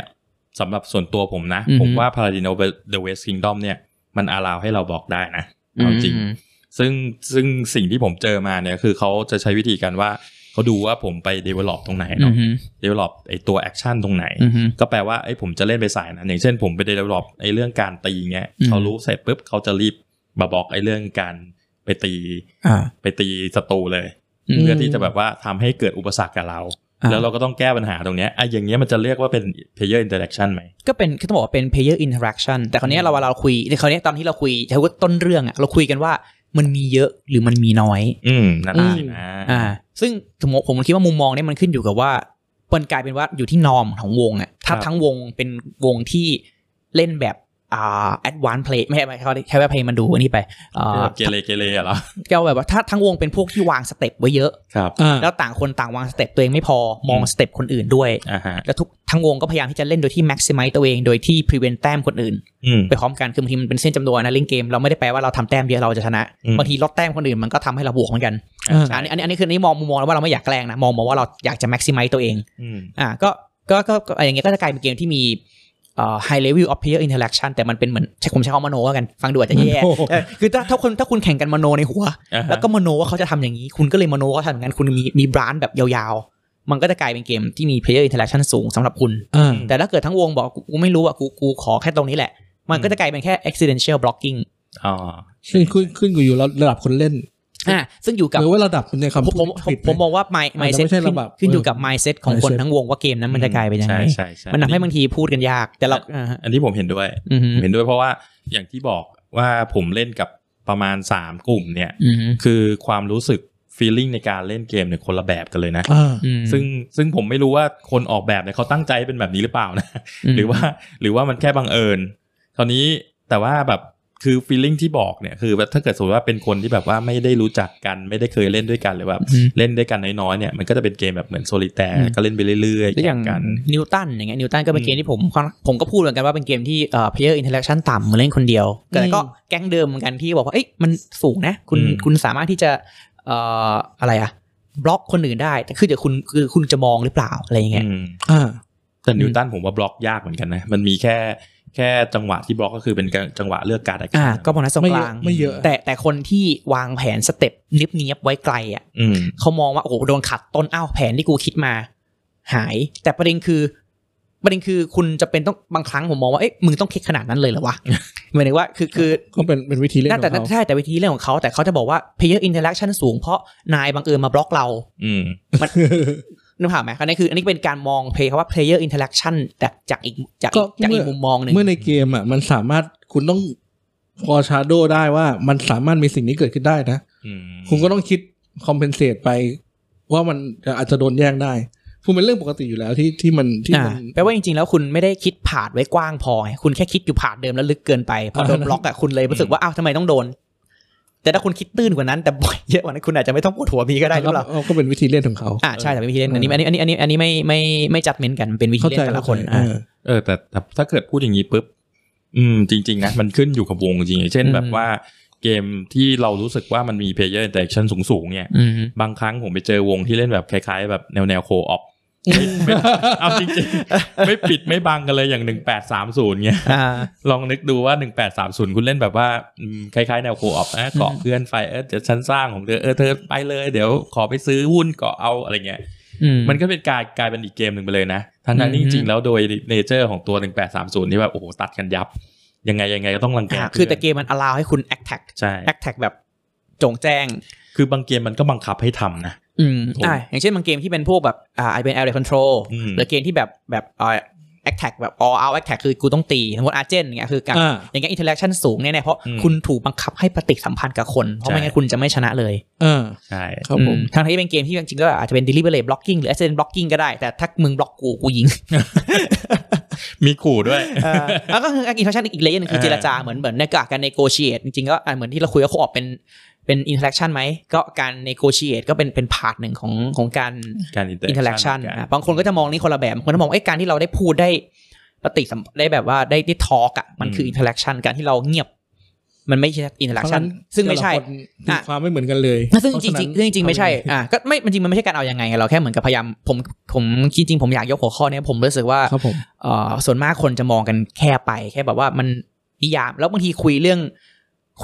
S1: สำหรับส่วนตัวผมนะ
S2: อือฮึ
S1: ผมว่า Paladin of the West Kingdom เนี่ย มันอาลาวให้เราบอกได้นะเอาจริง
S2: อืม
S1: ซึ่งซึ่งสิ่งที่ผมเจอมาเนี่ยคือเขาจะใช้วิธีการว่าเขาดูว่าผมไป develop ตรงไหน
S2: อื
S1: เนาะ
S2: อฮึ
S1: develop ไอตัว action ตรงไหน
S2: อือฮึ
S1: ก็แปลว่าไอ้ยผมจะเล่นไปสายนั้นอย่างเช่นผมไปเดเวลลอปไอ้เรื่องการตีเงี้ย
S2: อืม
S1: เขารู้เสร็จปุ๊บเขาจะรีบมาบอกไอ้เรื่องการไปตี
S2: อ่า
S1: ไปตีศัตรูเลย
S2: อืม
S1: เพื่อที่จะแบบว่าทำให้เกิดอุปสรรคกับเรา
S2: อ่า
S1: แล้วเราก็ต้องแก้ปัญหาตรงเนี้ยอ่ะอย่างเงี้ยมันจะเรียกว่าเป็น player interaction ไหม
S2: ก็เป็นก็ต้องบอกว่าเป็น player interaction แต่คราวเนี้ย
S1: อืม
S2: เราเวลาเราคุยแต่คราวเนี้ยตอนที่เราคุยใช้ว่าต้นเรื่องอะเราคุยกันว่ามันมีเยอะหรือมันมีน้อย
S1: อืมนั่น
S3: อืม
S1: สินะ
S2: อ่า ซึ่งสมมติผมคิดว่ามุมมองเนี่ยมันขึ้นอยู่กับว่ามันกลายเป็นว่าอยู่ที่นอมของวงอะถ้าทั้งวงเป็นวงที่เล่นแบบอ่า advanced play ไม่ใช่ไม่ใช่เขาเรียกใช้ว่า play มันดูอันนี้ไปอ่า
S1: เกเรเกเรอะเหรอ
S2: แกวาแบบว่าถ้าทั้งวงเป็นพวกที่วางสเต็ปไว้เยอะ
S1: ครับ
S3: อ่า
S2: แล้วต่างคนต่างวางสเต็ปตัวเองไม่พอมองสเต็ปคนอื่นด้วย
S1: อ่าฮะ
S2: แล้วทุกทั้งวงก็พยายามที่จะเล่นโดยที่ maximize ตัวเองโดยที่ prevent แต้มคนอื่น
S1: อืม
S2: ไปพร้อมกันคือบางทีมันเป็นเส้นจำนวนนะเล่นเกมเราไม่ได้แปลว่าเราทำแต้มเยอะเราจะชนะ
S1: อืม
S2: บางทีลดแต้มคนอื่นมันก็ทำให้เราบวกเหมือนกัน
S3: อ่า
S2: อันนี้อันนี้อันนี้คืออันนี้มองมุมมองแล้วว่าเราไม่อยากแกล้งนะมองมาว่าเราอยากจะ maximize ตัวเอง
S1: อืม
S2: อ่าก็ก็ก็ก็อะไรอย่างเงี้ยก็จะกลายเป็นเกมที่มีเอ่อ high level of player interaction แต่มันเป็นเหมือนใช้ผมใช้คำว่ามโนแล้วกันฟังดูอาจจะแย่
S3: มโน
S2: เออคือถ้าถ้าคนถ้าคุณแข่งกันมโนในหัว
S1: อ่าฮะ
S2: แล้วก็มโนว่าเขาจะทำอย่างนี้ คุณก็เลยมโนว่าเขาทำอย่างนั้นคุณมีมีบรานแบบยาวๆ มันก็จะกลายเป็นเกมที่มี player interaction สูงสำหรับคุณ
S3: อ่า
S2: แต่ถ้าเกิดทั้งวงบอกกูกูไม่รู้อ่ะกูกูขอแค่ตรงนี้แหละ มันก็จะกลายเป็นแค่ accidental blocking
S1: อ๋อ
S3: ซึ่งขึ้นขึ้นอยู่ระดับคนเล่น
S2: อ่ะซึ่งอยู่กับ
S3: หรือว่าระดับในคำ
S2: ผมผ
S3: พูด
S2: ม
S3: ผิด
S2: ผมม
S3: ไห
S2: องว่า mind
S3: อาจจะ
S2: mindset
S3: ไม่
S2: ขึ้
S3: ใช่
S2: น
S3: ระบบ
S2: ขึ้นอยู่
S3: เออ
S2: กับ mindset ของคน
S3: mindset
S2: ทั้งวงว่าเกมนั้นมันจะกลายเป็นยังไง
S1: ใช่ใช่ใช่
S2: มันทำให้บางทีพูดกันยาก แต่เราอ่าฮะ
S1: อันนี้ผมเห็นด้วย
S2: อือฮึ
S1: เห็นด้วยเพราะว่าอย่างที่บอกว่าผมเล่นกับประมาณ 3 กลุ่มเนี่ย
S2: อือฮึ
S1: คือความรู้สึก feeling ในการเล่นเกมเนี่ยคนละแบบกันเลยนะ
S3: อ่า
S2: อืม
S1: ซึ่งซึ่งผมไม่รู้ว่าคนออกแบบเนี่ยเขาตั้งใจให้เป็นแบบนี้หรือเปล่านะ หรือว่าหรือว่ามันแค่บังเอิญคราวนี้แต่ว่าแบบคือ feeling ที่บอกเนี่ยคือแบบถ้าเกิดสมมติว่าเป็นคนที่แบบว่าไม่ได้รู้จักกันไม่ได้เคยเล่นด้วยกันหรือแบบ
S2: อืม
S1: เล่นด้วยกันน้อยๆเนี่ยมันก็จะเป็นเกมแบบเหมือนโซลิแต
S2: อืม
S1: ก็เล่นไปเรื่อยๆ
S2: หรืออย่าง
S1: แข่กัน
S2: นิวตันอย่างเงี้ยนิวตันก็เป็น
S1: อืม
S2: เกมที่ผมค่อนผมก็พูดเหมือนกันว่าเป็นเกมที่เอ่อ player interaction ต่ำเหมือนเล่นคนเดียว แต่ก็
S3: อืม
S2: แก๊งเดิมเหมือนกันที่บอกว่าเอ้ยมันสูงนะ คุณคุณสามารถที่จะเอ่ออะไรอะบล็อกคนอื่นได้แต่คือเดี๋ยวคุณคือคุณจะมองหรือเปล่าอะไรอย่างเงี้ย
S1: อืม
S3: อ่า
S1: แต่นิวตันผมว่าบล็อกยากเหมือนกันนะมันมีแค่แค่จังหวะที่บล็อกก็คือเป็นการจังหวะเลือกการ์ดแอคชั่
S2: อ่าน ก็โบนัสตรงกลาง
S3: ไม่เยอะไม่เยอะ
S2: แต่แต่คนที่วางแผนสเต็ปนิบเนียบไว้ไกลอ่ะ
S1: อืม
S2: เขามองว่า โอ้โหโดนขัดต้นอ้าวแผนที่กูคิดมา หาย แต่ประเด็นคือ ประเด็นคือคุณจะเป็นต้องบางครั้งผมมองว่าเอ๊ะมึงต้องคิดขนาดนั้นเลยเหรอ วะ หมายถึงว่าคือคือ
S3: ก็เป็นเป็นวิธีเล่นข
S2: น่า
S3: อง
S2: แต่
S3: เขา
S2: ใช่แต่วิธีเรื่องของเขาแต่เขาจะบอกว่า player interaction สูงเพราะนายบังเอิญมาบล็อกเรา
S1: อืม
S2: นึกภาพไหมอันนี้คือ อันนี้เป็นการมองเพย์คำว่า player interaction จากจากอีกจากอีกจากอีกมุมมองหนึ่ง
S3: เมื่อในเกมอ่ะมันสามารถคุณต้องพอชาร์โดได้ว่ามันสามารถมีสิ่งนี้เกิดขึ้นได้นะ
S1: อืม
S3: คุณก็ต้องคิดคอมเพนเซตไป ว่ามันอาจจะโดนแย่งได้คุณเป็นเรื่องปกติอยู่แล้วที่ที่มันที่
S2: อ่า
S3: มัน
S2: แปลว่าจริงๆแล้วคุณไม่ได้คิดผาดไว้กว้างพอไงคุณแค่คิดอยู่ผาดเดิมแล้วลึกเกินไปพอโดน
S3: อ่า
S2: บล็อกอ่ะคุณเลยรู้สึกว่าอ้าวทำไมต้องโดน แต่ถ้าคุณคิดตื้นกว่านั้น แต่บ่อยเยอะกว่านั้นคุณอาจจะไม่ต้องปวดหัวมีก็ได้หรือเปล่า
S3: ก็ก็เป็นวิธีเล่นของเขา
S2: อ่าใช่แต่เป็นวิธีเล่นอันนี้อันนี้อันนี้อันนี้อันนี้ไม่ไม่ไม่จัดเมนกันมันเป็นวิธี
S3: เข้า
S2: เล่
S3: ใจ
S2: นแต่ละ
S3: เข้า
S2: คน
S3: ใจ
S2: อ่า
S3: เออ
S1: เออแต่แต่ถ้าเกิดพูดอย่างนี้ปุ๊บอืมจริง ๆ นะ มันขึ้นอยู่กับวงจริงๆอย่างเช่น
S2: อืม
S1: แบบว่าเกมที่เรารู้สึกว่ามันมีเพลเยอร์ n ต e r a c t ชั่นสูงๆเนี่ย
S2: อืม
S1: บางครั้งผมไปเจอวงที่เล่นแบบคล้าย ๆ แบบแนวแนวโคออฟเอาจริงๆ ไม่ปิดไม่บังกันเลยอย่าง 1830เงี้ย
S2: อ่า
S1: ลองนึกดูว่า 1830 คุณเล่นแบบว่าอืมคล้ายๆ แนวโคออฟนะเกาะเพื่อนไฟเออเดี๋ยวฉันสร้างของเธอเออเธอไปเลยเดี๋ยวขอไปซื้อหุ้นเกาะเอาอะไรเงี้ย
S2: อืม
S1: มันก็เป็นการกลายเป็นอีกเกมหนึ่งไปเลยนะทั้งนั้น
S2: อืม
S1: จริงๆแล้วโดยเนเจอร์ของตัว 1830 ที่แบบโอ้โหตัดกันยับ ยังไงยังไงก็ต้องรังแก
S2: อ่า
S1: เพื่น
S2: คือแต่เกมมัน allow ให้คุณ act tag
S1: ใช่
S2: act tag แบบโจงแจ้ง
S1: คือบางเกมมันก็บังคับให้ทำนะ
S2: อืม
S1: ผม
S2: อ่าอย่างเช่นบางเกมที่เป็นพวกแบบอ่าไอเป็น area control
S1: อืม
S2: หรือเกมที่แบบแบบอ่า act tag แบบ all out act tag คือกูต้องตีสมมติ agent อย่างเงี้ยคือการ
S3: อ่า
S2: อย่างเงี้ย interaction สูงแน่ๆเพราะ
S1: อืม
S2: คุณถูกบังคับให้ปฏิสัมพันธ์กับคน เพราะ
S1: ใช่
S2: ไม่งั้นคุณจะไม่ชนะเลย
S3: เออ
S1: ใช่
S3: ครับผม
S2: อืทางที่เป็นเกมที่จริงๆก็อาจจะเป็น deliberate blocking หรือ accident blocking ก็ได้ แต่ถ้ามึงบล็อกกูกูยิง
S1: มีขู่ด้วย
S2: เออแล้วก็คืออินเทอร์แอคชั่นอีกเลเยอร์นึงคือ
S1: เออ
S2: เจรจาเหมือนเหมือนในกะการเนโกเช t e จริงๆก็อ่ะเหมือนที่เราคุยว่าโคออกเป็นเป็นอินเทอร์แอคชั่นไหมก็การเนโกเช t e ก็เป็นเป็นพาร์ทหนึ่งของของการ
S1: การอินเตอร์
S2: อินเทอร์แอคชั่น
S1: กัน
S2: บางคนก็จะมองนี่คนละแบบบางคนจะมองไอ้ยการที่เราได้พูดได้ปฏิสัมได้แบบว่าได้ได้ทอกอ่ะมันคือ
S1: ม
S2: อินเทอร์แอคชั่นการที่เราเงียบ มันไม่ใช่อินเทอร์แอคชั่นซึ่งไม่ใช่
S3: แต่ละคนตี
S2: อ่ะ
S3: ความไม่เหมือนกันเลย
S2: ซึ่งจริงๆซึ่งจริงๆไม่ใช่อ่ะก็ไม่จริงๆมันไม่ใช่การเอายังไงเราแค่เหมือนกับพยายามผมผมจริงๆผมอยากยกหัวข้อเนี้ยผมรู้สึกว่า
S3: ครับผม
S2: เอ่อส่วนมากคนจะมองกันแค่ไปแค่แบบว่ามันนิยาม แล้วบางทีคุยเรื่อง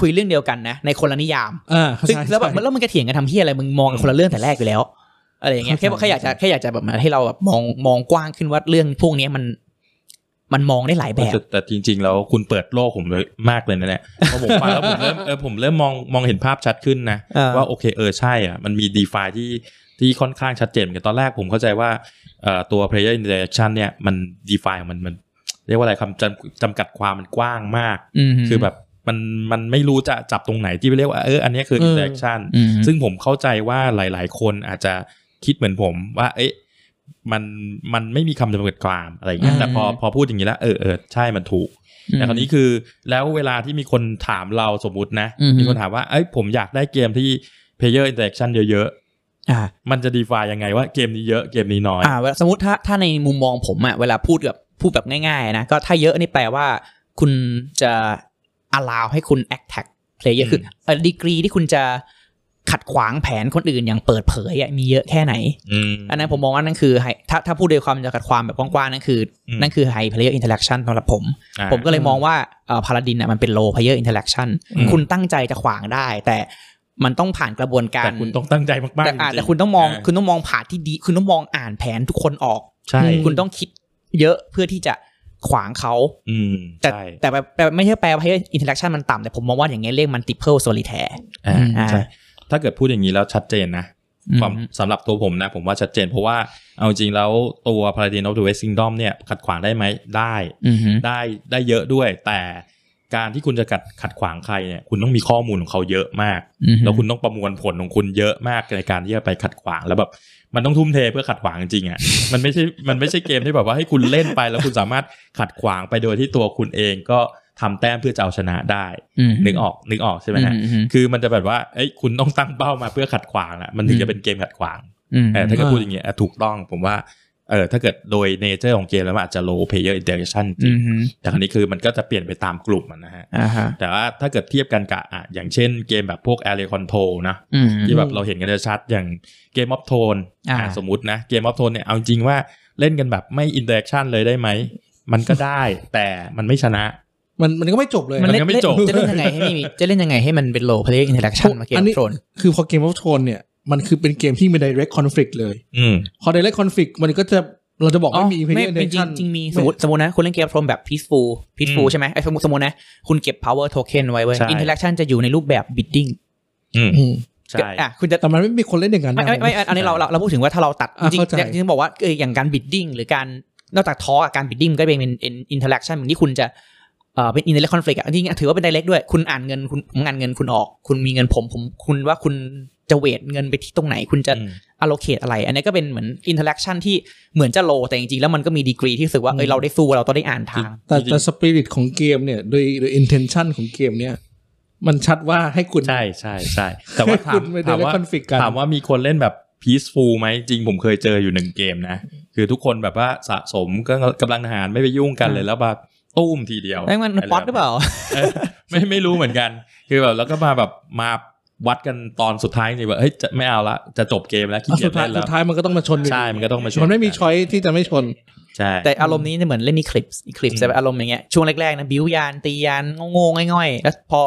S2: คุยเรื่องเดียวกันนะ ในคนละนิยาม
S3: อ่าเข้า
S2: ซึ่ง
S3: ใจ
S2: แล้วแบบ
S3: เข้าใจ
S2: แล้วมันก็เถียงกันทำเฮียอะไรมึงมองกันคนละเรื่องแต่แรกอยู่แล้วอะไรอย่างเงี้ยแค่ว่า
S3: เข้าใจ
S2: แค่อยากจะแค่อยากจะแบบมาให้เราแบบมองมองกว้างขึ้นว่าเรื่องพวกเนี้ยมัน มันมองได้หลายแบบ
S1: แต่แต่จริง ๆ แล้วคุณเปิดโลกผมเลยมากเลยนะเนี่ย พอผมฟังแล้วผมเริ่มเออผมเริ่มมองมองเห็นภาพชัดขึ้นนะ
S2: อ่า
S1: ว่าโอเคเออใช่อ่ะมันมี d e f าที่ที่ค่อนข้างชัดเจนเหมือนกันตอนแรกผมเข้าใจว่าเอ่อตัว player interaction เนี่ยมัน d e f าของมันมัน เรียกว่าอะไรคำจำจำกัดความมันกว้างมาก
S2: ม
S1: คือแบบมันมันไม่รู้จะจับตรงไหนที่เรียกว่าเอออันเนี้ยคือ
S3: เออ
S1: interaction
S2: อืม
S1: ซึ่งผมเข้าใจว่าหลาย ๆ คนอาจจะคิดเหมือนผมว่า เอ๊ะมันมันไม่มีคำจำกัดความอะไรอย่างเงี้ย
S2: อืม
S1: แต่พอพอพูดอย่างนี้แล้วเออเออใช่มันถูก
S2: อืม
S1: แต่คราวนี้คือแล้วเวลาที่มีคนถามเราสมมตินะ
S2: อืม
S1: มีคนถามว่าเอ้ยผมอยากได้เกมที่ player interaction เยอะ
S2: อ่า
S1: ๆ มันจะ define ยังไงว่าเกมนี้เยอะเกมนี้น้อย
S2: อ่าเวลาสมมติถ้าถ้าในมุมมองผมอะเวลาพูดแบบพูดแบบง่ายๆนะก็ถ้าเยอะนี่แปลว่า คุณจะ allow ให้คุณ a t t a c k player
S1: อืม
S2: คือดีกรีที่คุณจะขัดขวางแผนคนอื่นอย่างเปิดเผยอะมีเยอะแค่ไหน
S1: อืม
S2: อันนั้นผมมองว่านั่นคือ high- ถ้าถ้าพูดโดยความจำกัดความแบบกว้างๆนั่นคืออ
S1: ม
S2: นั่นคือ high player interaction สำหรับผม
S1: อ่า
S2: ผมก็เลยมองว่าพาราดินอ่ะมันเป็น low player interaction
S1: อืม
S2: คุณตั้งใจจะขวางได้ แต่มันต้องผ่านกระบวนการ
S1: แต่คุณต้องตั้งใจมาก
S2: แต่
S1: ๆ
S2: อ่ะ
S1: จริๆ
S2: แต่คุณต้องมอง
S1: า
S2: คุณต้องมองผ่านที่ดี คุณต้องมองอ่านแผนทุกคนออก
S1: ใช่
S2: คุณต้องคิดเยอะเพื่อที่จะขวางเขา
S1: อืม
S2: แต่
S1: ใช่
S2: แต่แบบแต่ไม่ใช่แปลว่า player interaction มันต่ำแต่ผมมองว่าอย่างเงี้ยเรียก multiple solitaire
S1: อ่า
S2: อ่า
S1: ใช่ถ้าเกิดพูดอย่างนี้แล้วชัดเจนนะ
S2: อืม
S1: ความสำหรับตัวผมนะผมว่าชัดเจนเพราะว่าเอาจริงแล้วตัว Paladin of the West Kingdom เนี่ยขัดขวางได้ไหมได้
S2: อือหือ
S1: ได้ได้เยอะด้วย แต่การที่คุณจะขัดขัดขวางใครเนี่ยคุณต้องมีข้อมูลของเขาเยอะมาก
S2: อือหือ
S1: แล้วคุณต้องประมวลผลของคุณเยอะมากในการที่จะไปขัดขวางแล้วแบบมันต้องทุ่มเทเพื่อขัดขวางจริงๆอ่ะ มันไม่ใช่มันไม่ใช่เกมที่แบบว่าให้คุณเล่นไป แล้วคุณสามารถขัดขวางไปโดยที่ตัวคุณเองก็ทำแต้มเพื่อจะเอาชนะได้
S2: อืม
S1: นึกออกนึกออกใช่ไหมฮะ
S2: อือหือ
S1: คือมันจะแบบว่าเอ้ยคุณต้องตั้งเป้ามาเพื่อขัดขวางละมันถึงจะเป็นเกมขัดขวาง
S2: อืม
S1: เออถ้าเกิดพูดอย่างเงี้ยอ่ะถูกต้องผมว่าเออถ้าเกิดโดยเนเจอร์ของเกมแล้วมันอาจจะ low player interaction จริ
S2: อื
S1: ง
S2: อหือ
S1: แต่ครั้นี้คือมันก็จะเปลี่ยนไปตามกลุ่มอะนะฮะ
S2: อ่าฮะ
S1: แต่ว่าถ้าเกิดเทียบกันกับอ่ะอย่างเช่นเกมแบบพวก area control นะ
S2: อืม
S1: ที่แบบเราเห็นกันชัดๆอย่างเกมออฟโทน
S2: อ่า
S1: สมมตินะเกมออฟโทนเนี่ยเอาจริงว่าเล่นกันแบบไม่อินเตอร์แอคชั่นเลยได้ไหม มันก็ได้ แต่มันไม่ชนะ
S3: มันมันก็ไม่จบเลย
S1: มัน
S3: นะ
S1: เล่ ยังไจบ
S2: จะเล่นยังไงให้ไม่มี จะเล่นยังไงให้มันเป็น low player interaction มาเกม
S3: อันนี้
S2: โทรน
S3: คือพอเกม of Thrones เนี่ยมันคือเป็นเกมที่มี direct conflict เลย
S1: อืม
S3: พอ direct conflict มันก็จะเราจะบอกไม่มี player
S2: จริง
S3: interaction
S2: จริงมีสมมติสมมตินะคุณเล่นเกมโทรนแบบ peaceful
S1: อื
S2: peaceful
S1: ม
S2: ใช่ไหมไอ้สมมติสมมตินะ คุณเก็บ power token ไว้เว้ย
S1: ใช่
S2: interaction จะอยู่ในรูปแบบ bidding
S1: อืม
S3: อืม
S1: ใช่
S2: อ่ะคุณจะ
S3: แต่มันไม่มีคนเล่นอย่างนั้น
S2: ไม่
S3: นะ
S2: ไม่ไม่อันนี้เราเราเราพูดถึงว่าถ้าเราตัดจ
S3: อ่ะ
S2: ริง
S3: เข้าใจ
S2: ๆจริงๆบอกว่าเอออย่างการ bidding หรือการนอกจากทอกับการ bidding มันก็เป็น in- interaction เหมือนที่คุณจะเอ่อเป็น indirect conflict อ่ะจริงๆถือว่าเป็น direct ด้วยคุณอ่านเงินคุณผมอ่านเงินคุณออก คุณมีเงินผมผมคุณว่าคุณจะเวทเงินไปที่ตรงไหนคุณจะ
S1: อืม
S2: allocate อะไร อันนี้ก็เป็นเหมือน interaction ที่เหมือนจะ low แต่จริงๆ แล้วมันก็มีดีกรีที่รู้สึกว่า เอ้ย เราได้สู้เราต้องได้อ่านทาง
S3: แต่
S1: จริงๆ
S3: แต่สปิริตของเกมเนี่ยโดยโดย intention ของเกมเนี่ย มันชัดว่าให้คุณ
S1: ใช่ใช่ใช่แต่ว่าถา
S3: คุ
S1: ม
S3: ณไม่ได้
S1: ถามว่า
S3: เล่น conflict กัน
S1: ถามว่ามีคนเล่นแบบ peaceful ไหมจริงผมเคยเจออยู่หนึ่งเกมนะ คือทุกคนแบบว่าสะสมก็กำลังทหารไม่ไปยุ่งกันเลยแล้วแบบตุ้มทีเดียว
S2: แม่งมัน
S1: ะไ
S2: ป๊อตหรือเปล่า
S1: เออ ไม่ไม่รู้เหมือนกัน คือแบบแล้วก็มาแบบมาวัดกันตอนสุดท้ายจริงๆแบบเฮ้ยจะไม่เอาละจะจบเกมแล้วขี้
S3: อ่ะ
S1: เกี
S3: สุ
S1: ย
S3: ด
S1: จ
S3: ท้าย
S1: เล่น
S3: สุ
S1: แล้ว
S3: ดท้ายมันก็ต้องมาชนอยู่
S1: ใช่มันก็ต้องมาชวน
S3: มันไม่มีช้อยที่จะไม่ชน
S1: ใช่
S2: แต่อารมณ์นี้เนี่ยเหมือนเล่นในคลิปคลิปจะเป็นอารมณ์อย่างเงี้ย ช่วงแรกๆ นะ บิวยาน ตียานโง่ๆง่อยๆ แล้วพอ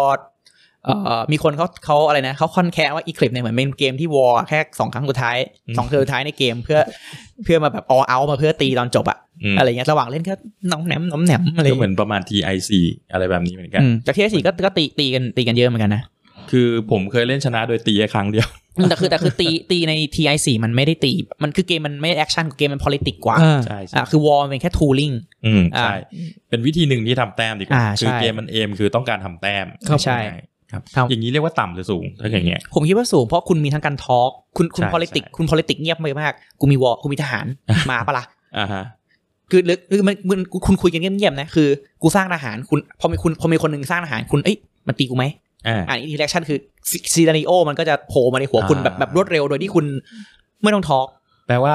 S2: เอ่อมีคนเขาเขาอะไรนะเขาค่อนแค่ว่าอีคลิปเนี่ยเหมือนเป็นเกมที่วอลแค่สองครั้งสุดท้ายสองเทอมสุดท้ายในเกมเพื่อเพื่อมาแบบ all out มาเพื่อตีตอนจบอะ
S1: อืม
S2: อะไรเงี้ยระหว่างเล่นก็น้องแหนมน้องแหนมอะไร
S1: ก็เหมือนประมาณ TIC อะไรแบบนี้เหมือนกัน
S2: อืมจากที่ไอสี่ก็ก็ตีตีกันตีกันเยอะเหมือนกันนะ
S1: คือผมเคยเล่นชนะโดยตีแค่ครั้งเดียว
S2: อืมแต่คือแต่คือตีตีใน TI4 มันไม่ได้ตี มันคือเกมมันไม่แอคชั่นเกมมัน politics กว่า
S3: อ่า
S1: ใช่ใช่
S2: อ่าคือวอลเป็นแค่ tooling
S1: อืมใช่
S2: อ่า
S1: เป็นวิธีหนึ่งที่ทำแต้มดีกว่า
S2: อ่าใช่
S1: คือเกมมันเอมคือต้องการทำแต้ม
S2: ครับใช่
S1: ครับ
S2: ครับ
S1: อย่างนี้เรียกว่าต่ำหรือสูงถ้าอย่างเงี้ย
S2: ผมคิดว่าสูงเพราะคุณมีทั้งการทอล์กคุณคุณ
S1: ใช่
S2: politics คุณ politics เงียบไปมากกูมีวอลกูมีทหาร มาปะล่ะ
S1: อ่าฮะ
S2: คือหรือหรือมันมันคุณคุยกันเงียบๆนะคือกูสร้างทหารคุณพอมีคุณพอมีคนหนึ่งสร้างทหารคุณเอ้ยมันตีกูไหม
S1: อ่า
S2: อ่านอินเล็กชันคือซีนารีโอมันก็จะโผล่มาในหัวคุณ
S1: อ่า
S2: แบบแบบรวดเร็วโดยที่คุณไม่ต้องทอล์ก
S1: แปลว่า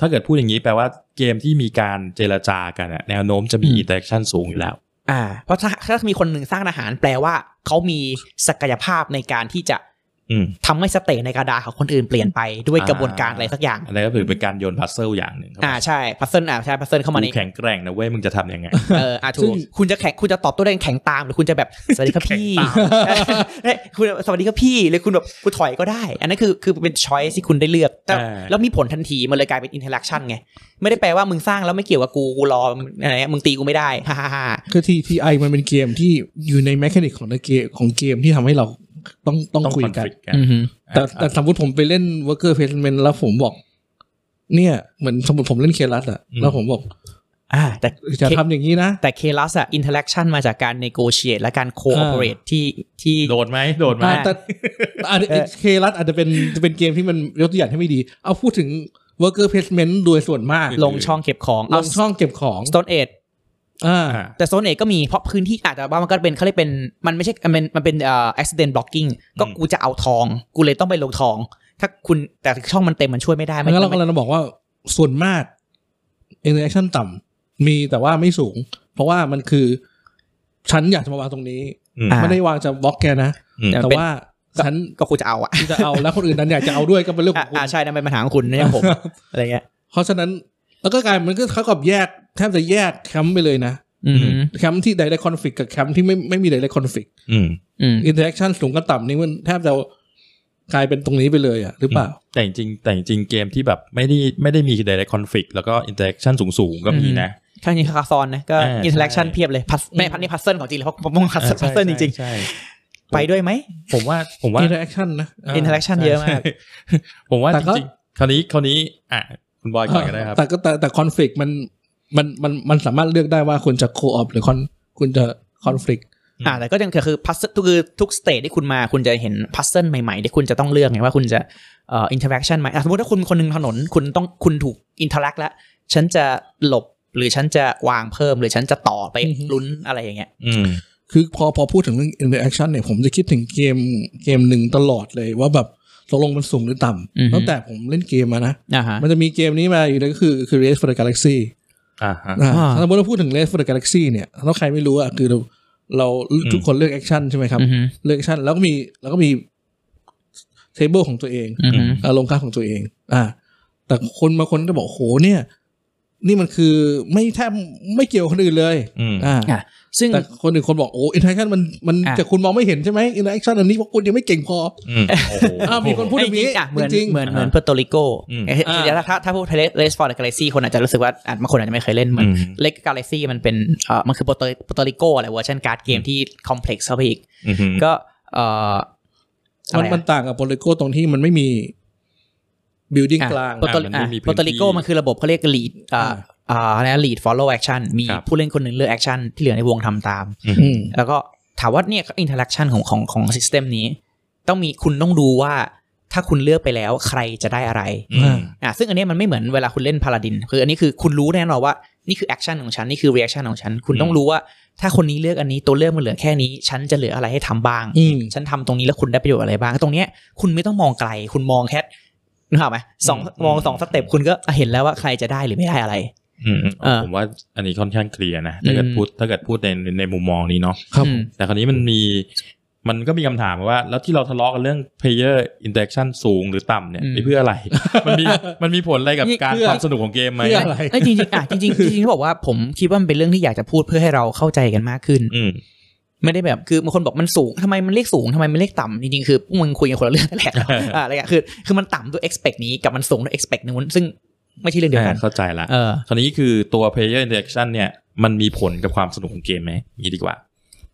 S1: ถ้าเกิดพูดอย่างนี้แปลว่าเกมที่มีการเจรจากันอะแนวโน้มจะมี
S2: อืม
S1: อินเตอร์แอคชั่นสูงอยู่แล้ว
S2: อ่าเพราะถ้าถ้ามีคนหนึ่งสร้างทหารแปลว่าเขามีศักยภาพในการที่จะ
S1: อืม
S2: ทำให้สเตตในกระดาษของคนอื่นเปลี่ยนไปด้วยกระบวนการอะไรสักอย่าง
S1: อันนี้ก็ถือเป็นการโยนพัซเซิลอย่างหนึ่งเข้าไป
S2: อ่าใช่พัซเซิลอ่าใช่พัซเซิลเข้ามาใน
S1: กูแข็งแกร่งนะเว้ยมึงจะทำยังไง
S2: เอออ่าถู
S3: ซึ่
S2: ก
S3: ง
S2: คุณจะแข็งคุณจะตอบโตัวได้แข็งตามหรือคุณจะแบบ สวัสดีครับพี่
S1: แข็งตาม
S2: เอ้ยคุณสวัสดีครับพี่หรือคุณแบบกูถอยก็ได้ อันนั้นคือคือเป็นช้อยที่คุณได้เลือกแต่
S1: อ่า
S2: แล้วมีผลทันทีมันเลยกลายเป็นอินเทอร์แอคชั่นไง ไม่ได้แปลว่ามึงสร้างแล้วไม่เกี่ยวกับกูกูรอมึงอะไรเงี้ยมึงตีกูไม่ได้ฮ่าฮ่าฮ่า
S3: คือทีทีไอมันเป็นเกมที่อยู่ในแมคานิกของเกมของเกมที่ทำให้เราต้องต้อง
S1: ต้อง
S3: คุย
S1: คอน
S3: กัน
S1: ฟ lict กัน
S2: อือฮึ
S3: แต่แต่สมมติผมไปเล่น worker placement แล้วผมบอก เนี่ย เหมือนสมมติผมเล่นเคลัสอะ
S1: อืม
S3: แล้วผมบอก
S2: อ่าแต่
S3: จะทำอย่างนี้นะ
S2: แต่เคลัสอะอินเทอร์แอคชั่นมาจากการเนโกเชียตและการโคออเปเรตที่ที่
S1: โดดไหมโดดไหม
S2: อ่า
S3: แต่แต่ อาจจะเคลัสอาจจะเป็นจะเป็นเกมที่มันยกตัวอย่างที่ไม่ดี เอาพูดถึง worker placement โดยส่วนมาก
S2: ลงช่องเก็บของ
S3: ล
S2: เอา
S3: งช่องเก็บของ
S2: สโตนเอด
S3: อ่า
S1: อ่า
S2: แต่โซนเอกก็มีเพราะพื้นที่อาจจะว่ามันก็เป็นเขาเรียกเป็นมันไม่ใช่มันเป็นมันเป็นเอ่อ accident blocking ก็
S1: อืม
S2: กูจะเอาทอง กูเลยต้องไปลงทอง ถ้าคุณแต่ช่องมันเต็มมันช่วยไม่ได้ไม่
S3: งั้นเรา
S2: ไม่
S3: กำลังจะบอกว่าส่วนมาก interaction ต่ำมีแต่ว่าไม่สูง เพราะว่ามันคือ ฉันอยากจะมาวางตรงนี้
S1: อืม
S2: อ่า
S3: ไม่ได้วางจะบล็อกแกนะ
S1: อืม
S3: แต่
S2: เป็น
S3: ว่าฉัน
S2: ก็กูจะเอาอะ
S3: จะเอา แล้วคนอื่นนั้นอยากจะเอาด้วยก็เป็นเรื่องข
S2: อ่ะ
S3: องคุณ
S2: อ่าใช่นั่นเป็นปัญหาของคุณนะยังผม อะไรเงี้ย
S3: เพราะฉะนั้นแล้วก็กลายมันก็เท่ากับแยกแทบจะแยกแคมป์ไปเลยนะ
S2: อืม
S3: แคมป์ที่ไดเรกคอนฟ lict กับแคมป์ที่ไม่ไม่มีไดเรกคอนฟ lict
S1: อืม
S2: อืม
S3: อินเทอร์แอคชั่นสูงกับต่ำนี่มันแทบจะกลายเป็นตรงนี้ไปเลยอ่ะหรือเปล่า
S1: แต่จริงๆแต่จริงๆเกมที่แบบไม่ได้ไม่ได้มี direct conflict แล้วก็ interaction สูงๆ ก็มีนะ
S2: ข้างนี้คาซอนนะก็
S1: อ่า
S2: อินเทอร์แอคชั่น
S1: ใช่
S2: เพียบเลยพัสไม่พันนี่พัซเซิลของจริงเลยเพราะผมมองพัซเซิล
S1: ใช่
S2: จริง
S1: ใช่ใช่
S2: ๆ ไปด้วยไหม
S1: ๆผมว่าผมว่า
S3: อินเทอร์แอคชั่นนะ
S2: interaction
S1: ใช่
S2: เยอะมาก
S1: ใช่ ผมว่า
S3: แต่
S1: จ
S3: ก็
S1: ริงๆคราวนี้คราวนี้อ่ะคุณบอยก่อนก็ได้ครับ
S3: แต่ก็แต่แต่คอนฟ lict มันมันมันมันสามารถเลือกได้ว่าคุณจะโคออฟหรือคอนคุณจะคอนฟ lict
S1: อืม
S2: อ่าแต่ก็ยังคือพัซเซิลคือทุกสเตจที่คุณมาคุณจะเห็นพัซเซิลใหม่ๆที่คุณจะต้องเลือกไงว่าคุณจะเอ่ออินเทอร์แอคชั่นไหมอ่ะสมมติถ้าคุณคนหนึ่งถนนคุณต้องคุณถูกอินเทอร์แอคแล้ว ฉันจะหลบหรือฉันจะวางเพิ่ม หรือฉันจะต่อไป
S3: อือฮึ
S2: ลุ้นอะไรอย่างเงี้ย
S1: อืม
S3: คือพอพอพูดถึงเรื่องอินเทอร์แอคชั่นเนี่ยผมจะคิดถึงเกมเกมหนึ่งตลอดเลยว่าแบบตกลงมันสูงหรือต่
S2: อือฮึ
S3: ำตั้งแต่ผมเล่นเกมมานะ
S2: อ่าฮะ
S3: มันจะมีเกมนี้มาอยู่เลยก็คือคือ Race for the Galaxy
S1: อ่าฮะ
S3: อ่า
S2: อ่า
S3: ถ้าสมมติเราพูดถึง Race for the Galaxy เนี่ยถ้าใครไม่รู้อ่ะคือเราเราทุกคนเลือกแอคชั่นใช่ไหมครับ
S2: อือฮึ
S3: เลือกแอคชั่นแล้วก็มีแล้วก็มีเทเบิลของตัวเอง
S2: อือฮึ
S3: อารมณ์ค่าของตัวเอง อ่า แต่คนบางคนก็บอกโหเนี่ย นี่มันคือไม่แทบไม่เกี่ยวกับคนอื่นเลย
S1: อืม
S3: อ่า
S2: อ่ะซึ่ง
S3: แต่คนอื่นคนบอกโอ้อินเทอร์แอคชั่นมันมัน
S2: อ่ะ
S3: แต่คุณมองไม่เห็นใช่ไหมอินเทอร์แอคชั่นอันนี้เพราะคุณยังไม่เก่งพอ
S1: อืมโอ้โห
S3: อ้าวมีคนพูด
S2: ไอ้จริงๆอ่ะเหมือน
S3: จริงๆ
S2: เหมือนเหมือน
S1: อ่าฮะ
S2: เปอร์โตริโก
S1: อืม
S2: ถ้าถ้าพูดเลสฟอร์ดกาแล็กซี่คนอาจจะรู้สึกว่าอ่ะบางคนอาจจะไม่เคยเล่นมัน
S1: อืม
S2: เล็กกาแล็กซี่มันเป็นเอ่อมันคือเปอร์โตริโกอะไรเวอร์ชันการ์ดเกมที่คอมเพล็กซ์เข้าไปอีก
S1: อืม
S2: ก็เอ่อ
S3: มันมันต่างกับโปลิโกตรงที่มันไม่มีบิลดิ้งกลาง
S2: โปรโตโปรโตริโกมันคือระบบเขาเรียก lead อ่า
S3: อ่า
S2: อ่าอะไรนะ lead follow action มี
S1: ครับ
S2: ผู้เล่นคนหนึ่งเลือก action ที่เหลือในวงทำตาม
S3: อืม
S2: แล้วก็ถามว่าเนี่ย interaction ของของของ system นี้ ต้องมีคุณต้องดูว่าถ้าคุณเลือกไปแล้วใครจะได้อะไร
S1: อืม
S2: อ่ะซึ่งอันเนี้ยมันไม่เหมือนเวลาคุณเล่นพาลาดิน คืออันนี้คือคุณรู้แน่นอนว่านี่คือแอคชั่นของฉัน นี่คือเรีแอคชั่นของฉัน คุณต้องรู้ว่า ถ้าคนนี้เลือกอันนี้ตัวเลือกมันเหลือแค่นี้ ฉันจะเหลืออะไรให้ทำบ้าง
S3: อืม
S2: ฉันทำตรงนี้แล้วคุณได้ประโยชน์อะไรบ้าง ตรงเนี้ยคุณไม่ต้องมองไกล คุณมองแค่นึกออกไหมสอง
S1: อืม
S2: มองสองสเต็ปคุณก็เห็นแล้วว่าใครจะได้หรือไม่ได้อะไร
S1: อืม
S2: เออ
S1: ผมว่าอันนี้ค่อนข้างเคลียร์นะถ้าเกิด
S2: อืม
S1: พูดถ้าเกิดพูดในในมุมมองนี้เนาะ
S3: ครับ
S2: อืม
S1: แต่คราวนี้มันมีมันก็มีคำถามว่า แล้วที่เราทะเลาะกันเรื่อง player interaction สูงหรือต่ำเนี่ย
S2: อืม
S1: ไปเพื่ ออะไร มันมีมันมีผลอะไรกับการ
S3: เพื่อ
S1: ความสนุกของเกมไหม
S3: เพื่ออะไร
S2: เอ้ยจริงๆอ่ะจริงๆจริงๆที่บอกว่าผมคิดว่ามันเป็นเรื่องที่อยากจะพูดเพื่อให้เราเข้าใจกันมากขึ้น
S1: อืม
S2: ไม่ได้แบบคือบางคนบอกมันสูงทำไมมันเลขสูงทำไมมันเลขต่ำจริงๆคือพวกมึงคุยกันคนละเรื่อง นั่นแหละ อ่ะอะไรเงี้ยคือคือมันต่ำด้วย expect นี้กับมันสูงด้วย expect นู้นซึ่งไม่ใช่เรื่องเดียวกัน
S1: อ่าเข้าใจละ
S2: เออ
S1: คราวนี้คือตัว player interaction เนี่ย มันมีผลกับความสนุกของเกมไหมอย่างนี้ดีกว่า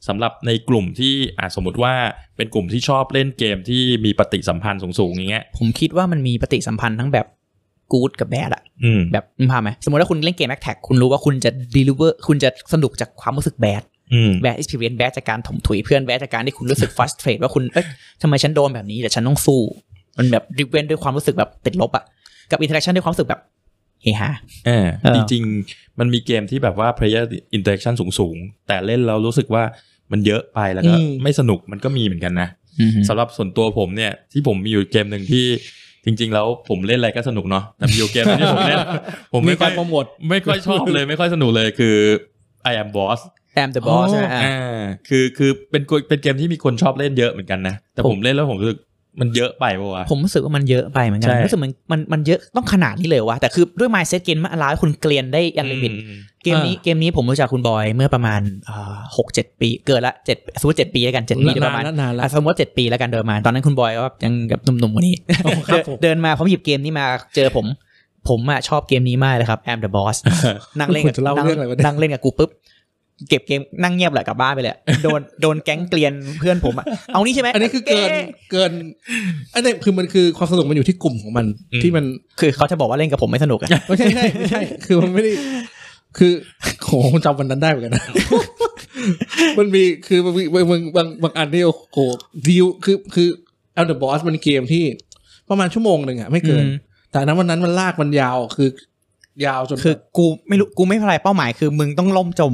S1: สำหรับในกลุ่มที่อาสมมติว่าเป็นกลุ่มที่ชอบเล่นเกมที่มีปฏิสัมพันธ์สูงๆอย่างเงี้ย
S2: ผมคิดว่ามันมีปฏิสัมพันธ์ทั้งแบบ good กับ bad อะ
S1: อืม
S2: แบบมึงพาพไหมสมมติว่าคุณเล่นเกม a อ t แท็กคุณรู้ว่าคุณจะ deliver คุณจะสนุกจากความรู้สึก bad
S1: อืม
S2: bad experience bad จากการถมถุยเพื่อน bad จากการที่คุณรู้สึก frustrate ว่าคุณเอ๊ะทำไมฉันโดนแบบนี้แต่ฉันต้องสู้ มันแบบ driven ด้วยความรู้สึกแบบติดลบอะกับ interaction ด้วยความรู้สึกแบบเฮฮา
S1: เออ
S2: เออ
S1: จริงๆ มันมีเกมที่แบบว่า player interaction สูงๆ แต่เล่นแล้วรู้สึกว่ามันเยอะไปแล้วก็
S3: อืม
S1: ไม่สนุกมันก็มีเหมือนกันนะ
S2: อือฮึ
S1: สำหรับส่วนตัวผมเนี่ย ที่ผมมีอยู่เกมหนึ่งที่จริง ๆ แล้วผมเล่นอะไรก็สนุกเนาะแต่มีอยู่เกมหนึ่งที่ ผมเล่น ผม
S3: มี
S1: ไม่ค่
S3: กา
S1: อ
S3: ร
S1: ย
S3: โปรโมท
S1: ไม่ค่อยชอบเลยไม่ค่อยสนุกเลยคือ I am boss
S2: I'm the boss
S3: อ๋อ
S2: ใช่ไหมอ่ะ
S1: อ่าคือคือเป็นเป็นเกมที่มีคนชอบเล่นเยอะเหมือนกันนะ แต่
S2: ผม
S1: ผมเล่นแล้วผมรู้สึก มันเยอะไปปะวะ
S2: ผมรู้สึกว่ามันเยอะไปเหมือนกั
S1: ใช่
S2: นรู้สึกมันมันมันเยอะต้องขนาดนี้เลยวะแต่คือด้วย mindset เกมมันอลาวให้คุณเกลียนได้อันลิมิต
S1: อืม
S2: เกมนี้เกมนี้ผมรู้จักคุณบอยเมื่อประมาณหกเจ็ดปีเกินละเจ็ดสมมติเจ็ดปีแล้วกันเจ็ดปีโดยป
S3: นา
S2: ระ
S3: น
S2: มาณ
S3: แล้วนานแล้ว
S2: อ่ะสมมติเจ็ดปีแล้วกันโดยประมาณตอนนั้นคุณบอยก็ยังกับหนุ่มๆกว่านี้
S3: โอ้ครับผม
S2: เดินมาผมหยิบเกมนี้มาเจอผม ผมอ่ะชอบเกมนี้มากเลยครับ Am the Boss นั่งเล่นกับ
S3: คุณจะเล่าเรื่องอะไรวะเนี่ย
S2: นั่งเล่นกับกูปุ๊บเก็บเกมนั่งเงียบแหละก ลับบ้านไปเลยโดนโดนแก๊งเกลียนเพื่อนผมอ่ะเอานี่ใช่ไหม
S3: อันนี้คือเกินเกิน อันนี้คือมันคือความสนุกมันอยู่ที่กลุ่มของมัน
S1: อืม
S3: ที่มัน
S2: คือเขาจะบอกว่าเล่นกับผมไม่สนุกอะ
S3: ไม่ใช่ไม่ใช่ไม่ใช่ คือมันไม่ได้ คือโหจำวันนั้นได้เหมือนกันนะ มันมีคือมันมีบางบางบางอันที่โอ้โหดีลคือคือ เอาเดอะบอสมันเกมที่ประมาณชั่วโมงหนึ่งอะไม่เกิน
S2: อืม
S3: แต่อันนั้นวันนั้นมันลากมันยาวคือยาวจน
S2: คือกูไม่รู้กูไม่เป็นไรเป้าหมายคือมึงต้องล่ม จม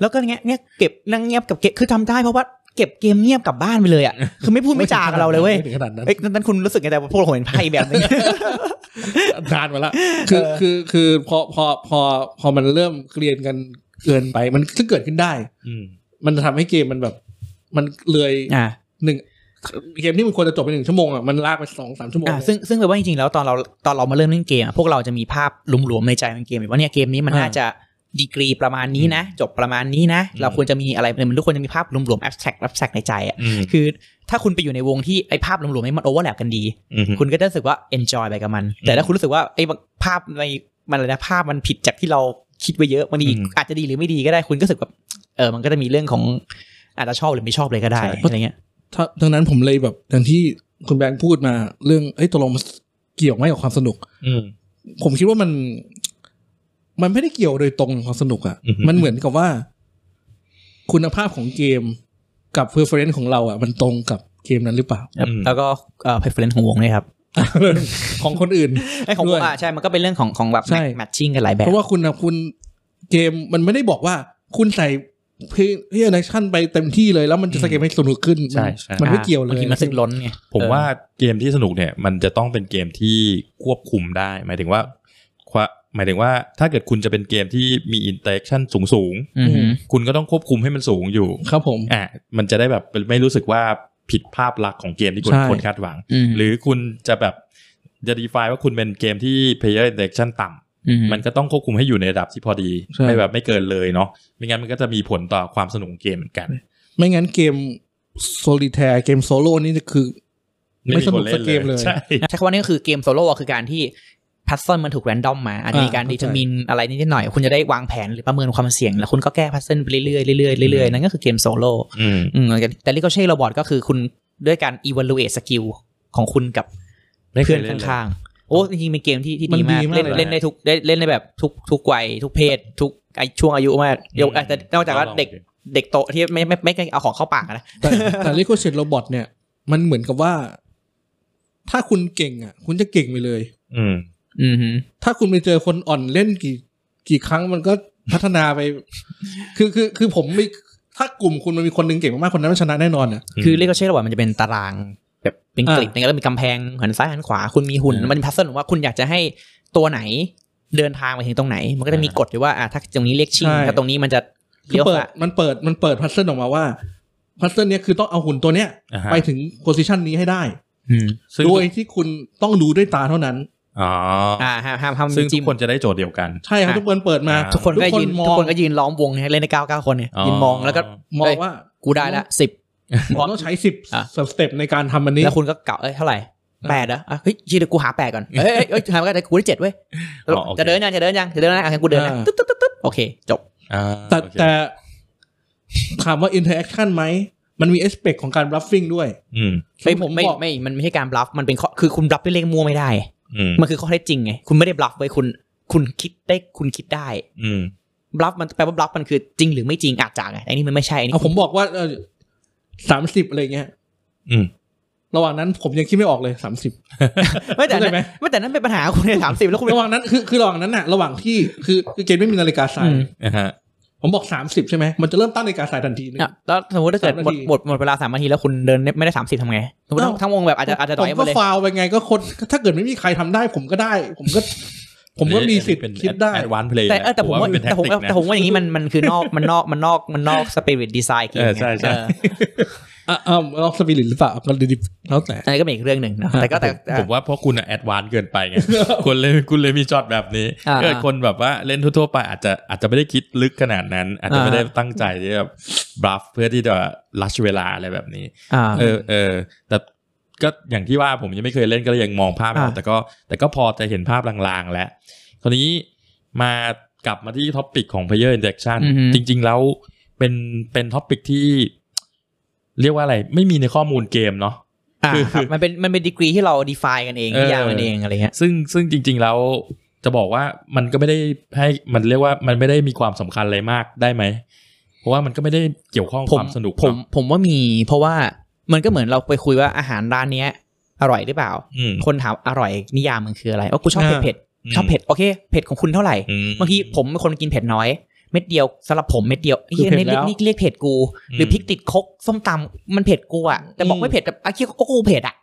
S2: แล้วก็เงี้ยเงี้ยเก็บนั่งเงียบกับเก็บคือทำได้เพราะว่าเก็บเกมเงียบกลับบ้านไปเลยอ่ะ คือไม่พูดไม่จากับเราเลยเว้ย
S3: ไม่ถึงขนาดนั้น
S2: เอ้ยนั้นคุณรู้สึกไงแต่ว่าพวกเราเห็นไพ่แบบ นี้
S3: นานมาละคือคือคือพอพอพอพอมันเริ่มเกลียนกันเกินไป มันซึ่งเกิดขึ้นได้
S1: อืม
S3: มันทำให้เกมมันแบบ มันเลย
S2: อ่า
S3: หนึ่งเกมที่มันควรจะจบไปหนึ่งชั่วโมงอ่ะมันลากไปสองสามชั่วโมง
S2: อ่าซึ่งซึ่งแปลว่าจริงๆแล้วตอนเราตอนเรามาเริ่มเล่นเกมอะพวกเราจะมีภาพหลวมๆในใจของเกมอยู่ว่าเนี่ยเกมนี้มันน่าจะดีกรีประมาณนี้นะ จบประมาณนี้นะ เราควรจะมีอะไรเนี่ยมันทุกคนจะมีภาพหลวมๆแอบแทกแอบแทกในใจอ่ะ
S1: อืม
S2: คือถ้าคุณไปอยู่ในวงที่ไอ้ภาพหลวมๆนี้มันโอเวอร์แลปกันดี
S1: อืม
S2: คุณก็จะรู้สึกว่า enjoy ไปกับมัน
S1: อืม
S2: แต่ถ้าคุณรู้สึกว่าไอ้ภาพในมันอะไรนะภาพมันผิดจากที่เราคิดไว้เยอะบางที
S1: อืม
S2: อาจจะดีหรือไม่ดีก็ได้คุณก็รู้สึกแบบเออมันก็จะมีเรื่องของอาจจะชอบหรือไม่ชอบเลยก็ได้
S1: ใช่
S2: อะไรเงี้ย
S3: ถ้าดังนั้นผมเลยแบบอย่างที่คุณแบงค์พูดมา เรื่องเอ้ยตกลงมันเกี่ยวไหมกับความสนุก
S1: อืม
S3: ผมคิดว่ามัน มันไม่ได้เกี่ยวโดยตรงกับความสนุกอะ่ะ
S1: อือฮึ
S3: มันเหมือนกับว่า คุณภาพของเกมกับเพอร์เฟรนซ์ของเราอะ่ะ มันตรงกับเกมนั้นหรือเปล่า
S1: อืม
S2: แล้วก็เอ่อ preference ของวงด้วยครับ
S3: ของคนอื่น
S2: ไอ้ยของ
S3: ด้
S2: ว
S3: วย
S2: งอ่ะใช่มันก็เป็นเรื่องของของแบบ
S3: ใช่
S2: matching กันหลายแบบ
S3: เพราะว่าคุณนะคุณเกมมันไม่ได้บอกว่า คุณใส่เพลย์แอคชั่นไปเต็มที่เลยแล้วมันจะสเกมให้สนุกขึ้น
S1: ใช่
S3: มัน
S1: ใช่
S3: มันไม่
S2: อ่า
S3: เกี่ยวเลย
S2: บางทีมันสึกล้นไง
S1: ผม
S2: เออ
S1: ว่าเกมที่สนุกเนี่ย มันจะต้องเป็นเกมที่ควบคุมได้ หมายถึงว่าควะหมายถึงว่าถ้าเกิดคุณจะเป็นเกมที่มีอินเตอร์แอคชั่นสูงสูง
S2: อืม
S1: ๆคุณก็ต้องควบคุมให้มันสูงอยู่
S3: ครับผม
S1: อ่ะมันจะได้แบบไม่รู้สึกว่าผิดภาพลักษณ์ของเกมที่คุณ
S3: ใช่
S1: คนคาดหวัง
S2: อืม
S1: หรือคุณจะแบบจะ define ว่าคุณเป็นเกมที่ player interaction ต่
S2: ม
S1: ำมันก็ต้องควบคุมให้อยู่ในระดับที่พอดี
S3: ใช่
S1: ไม่แบบไม่เกินเลยเนาะไม่งั้นมันก็จะมีผลต่อความสนุกของเกมเหมือนกัน
S3: ไม่งั้นเกมโซลิแทร์เกมโซโล่นี่คือ ไม่สนุก
S1: คน
S3: สักเกมเลย
S1: ใช่
S2: ใช้คำว่านี่ก็คือเกมโซโล่คือการที่พัซเซิลมันถูกแรนดอมมาอาจจะมีการ
S3: อ่า
S2: ดี
S3: เข้าใจ
S2: ทมินอะไรนิดๆหน่อย คุณจะได้วางแผนหรือประเมินความเสี่ยง แล้วคุณก็แก้พัซเซิลไปเรื่อยๆเรื่อยๆเรื่อยๆนั่นก็คือเกมโซโล่
S1: อืม
S2: อืมแต่ลิโกเช่โรบอทก็คือคุณด้วยการ evaluate skill ของคุณกับ
S1: ไม่เค
S2: เพื่อย น
S1: เล่นเลย
S2: ข้างๆ โอ้จริงๆเป็นเกมที่ที่
S3: มัน
S2: ดีมาก
S3: ดีมาก
S2: เล่น
S3: เลย
S2: เล่นได้ทุกได้เล่นได้แบบทุกทุกวัยทุกเพศ ทุกไอช่วงอายุมากยก
S1: อืม
S2: แต่นอกจากว่า
S1: ลองๆ
S2: เด็ก
S1: ดู
S2: เด็กโตที่ไม่ไม่ไม่ไม่เอาของเข้าปากอะนะ
S3: แต่ แต่ลิโกเชตโรบอทเนี่ย มันเหมือนกับว่า ถ้าคุณเก่งอ่ะ คุณจะเก่งไปเลย
S1: อืม
S2: อืมฮึ
S3: ถ้าคุณไปเจอคนอ่อนเล่นกี่กี่ครั้งมันก็พัฒนาไป คือคือคือผมไม่ถ้ากลุ่มคุณมันมีคนหนึงเก่งมากๆคนนั้นมันชนะแน่นอนอ่ะ
S2: คือลิโกเช่โรบอทมันจะเป็นตารางแบบเป็น
S3: อ่าก
S2: ริดแล้วก็มีกำแพงหันซ้ายหันขวาคุณมีหุ่น
S1: อืม
S2: มันพัซเซิลว่าคุณอยากจะให้ตัวไหนเดินทางไปถึงตรงไหน มันก็จะมี
S1: อ่าก
S2: ฎอยู่ว่าอ่ะถ้าตรงนี้เรียกชิง
S3: ใช่
S2: ถ้าตรงนี้มันจะ
S3: คือ
S2: เลี้ยว
S3: เปิด
S2: ขวา
S3: มันเปิดมันเปิดพัซเซิลออกมาว่าพัซเซิลเนี้ยคือต้องเอาหุ่นตัวเนี้ย
S1: อ่าฮะ
S3: ไปถึงโพซิชันนี้ให้ได้
S2: อืม
S1: ซึ่ง
S3: โดยที่คุณต้องดูด้วยตาเท่านั้น
S1: อ๋ออ
S2: อ่าห้ามห้ามห้าม
S1: ซึ่งทุ
S2: จิ้
S1: ก
S2: ม
S1: คนจะได้โจทย์เดียวกัน
S3: ใช่ครับ
S2: อ่ะ
S3: ทุกคนเปิดมา
S1: อ่า
S2: ทุกคนก็ยืน
S3: ม
S2: ทุ
S3: อก ง
S2: คนก็ยืนล้อมวงเนี่ยเล่นในเก้าเก้าคนเนี่ยยืนมองแล้วก็
S3: มอง
S2: เอ้ย
S3: ว่า
S2: กูได้ละสิบ
S3: ผมต้องใช้สิบ
S2: อ่ะ
S3: สเต็ปในการทำอันนี้
S2: แล้วคุณก็เก่าเอ้ยเท่าไหร่แปดเหรออ่ะเฮ้ยชีเดี๋ยวกูหาแปดก่อนเอ้ยเอ้ยเอ้ยหาแปดได้กูได้เจ็ดเว้ย
S1: อ๋อโอเค
S2: จะเดินยังจะเดินยังจะเดินยังอ่ะงั้นกูเดินนะ
S3: อ่า
S2: ตึ๊ดตึ๊ดตึ๊ดตึ๊ดโอเค จบ
S1: อ่า
S3: แต่
S1: โอเค
S3: แต่ถามว่าอินเทอร์แอคชั่นไหม มันมีเอสเปกของการบลัฟฟิ้งด้วย
S1: อืม
S2: ไม่
S3: คือผม
S2: ไม่
S3: บอก
S2: ไม่มันไม่ใช่การบลัฟมันเป็นข้อคือคุณบลัฟด้วยเลขมั่วไม่ได้
S1: อืม
S2: มันคือข้อเท็จจริงไงคุณไม่ได้บลัฟไว้ยคุณคุณคิดได้คุณคิดได้
S1: อืม
S2: บลัฟมันแปลว่าบลัฟมันคือจริงหรือไม่จริงอาจจะไงไอ้นี่มันไม่ใช่อันนี้
S3: เอาผมบอกว่าสามสิบอะไรเงี้ย
S1: อืม
S3: ระหว่างนั้นผมยังคิดไม่ออกเลยสามสิบ
S2: ไม่แต่
S3: เข้าใจไหม
S2: นั้นไม่แต่นั้นเป็นปัญหาของคุณในสามสิบแล้วคุณไป
S3: ระหว่างนั้นคือคือระหว่างนั้นน่ะระหว่างที่คือคือเกมไม่มีนาฬิกาสา
S2: อื
S3: ย
S2: ม
S1: อ่าฮะ
S3: ผมบอกสามสิบใช่ไหมมันจะเริ่มตั้งนาฬิกาสายทันทีนึง
S2: อ่ะแล้วสมมติถ้าเกิด
S3: สาม
S2: หม
S3: นา
S2: ด
S3: ที
S2: หมดหมดเวลาสามนาทีแล้วคุณเดินไม่ได้สามสิบทำไงสมมติ
S3: อ้าว
S2: ทั้งวงแบบอาจจะอาจจะต่
S3: ผ
S2: อย
S3: ม
S2: มา
S3: ก็
S2: เลย
S3: ฟาวไปไงก็คนถ้าเกิดไม่มีใครทำได้ ผมก็ได้ ผมก็ ผมก็มีสิทธิ์คิดได้
S1: แอดวานเพลย์
S2: แต่เออแต่ผมว่า
S1: เป็นแท็
S2: แต่ผม
S1: ติก
S2: ว่า
S1: นะ
S2: แต่ผมว่าอย่างนี้มันมันคือนอกมันนอกมันนอกมันนอกสปิริตดีไซน์เกม
S1: เออใช่ใช่
S2: เออ
S3: อ่ะอ่ะล็อกสปิริตหรือเปล่าก็ดิบแล้วแต่
S2: อันนี้ก็เป็นอีกเรื่องหนึ่งนะแต่ก็แต่แต่
S1: ผมว่าเพราะคุณอะแอดวานซ์เกินไป ไง คุณเลยคุณเลยมีช็อตแบบนี้
S2: อ่า
S1: เกิดคนแบบว่าเล่นทั่วๆไปอาจจะอาจจะไม่ได้คิดลึกขนาดนั้น อาจจะ
S2: อ่า
S1: ไม่ได้ตั้งใจที่แบบบลัฟเพื่อที่จะลัชเวลาอะไรแบบนี้
S2: อ่า
S1: เออเออแต่ก็อย่างที่ว่าผมยังไม่เคยเล่นก็เลยยังมองภาพไม่ออก
S2: อ่า
S1: แต่ก็แต่ก็พอจะเห็นภาพลางๆแล้วคราวนี้มากลับมาที่ท็อปิกของ player interaction
S2: อือฮึ
S1: จริง ๆ แล้วเป็นเป็นท็อปิกที่ เรียกว่าอะไร ไม่มีในข้อมูลเกมเนาะ
S2: อ่าครับมันเป็นมันเป็นดีกรีที่เรา define กันเอง
S1: เออ
S2: นิยามกันเองอะไรเงี้ย
S1: ซึ่งซึ่งจริง ๆ แล้วจะบอกว่ามันก็ไม่ได้ให้มันเรียกว่ามันไม่ได้มีความสำคัญอะไรมากได้ไหม เพราะว่ามันก็ไม่ได้เกี่ยวข้อง
S2: ผม
S1: ความสนุก
S2: ผม
S1: เนาะ
S2: ผมว่ามี เพราะว่ามันก็เหมือนเราไปคุยว่าอาหารร้านเนี้ย อร่อยหรือเปล่า
S1: อืม
S2: คนถามอร่อยนิยามมันคืออะไรโอ้กูชอบเผ็ดเผ็
S3: อ่า
S2: ดชอบเผ็ดโอเคเผ็ดของคุณเท่าไหร่
S1: อืม
S2: บางทีผมเป็นคนกินเผ็ดน้อย เม็ดเดียวสำหรับผมเม็ดเดียว
S3: คื
S2: เฮี
S3: อย เผ็ด
S2: นี่
S3: แล้ว
S2: นี่เรียกเผ็ดกู หรือ
S1: ม
S2: พริกติดคกส้มตำมันเผ็ดกูอะแต่บอกไม่เผ็ดแต่ไอ้เหี้ยก็กูเผ็ด อะ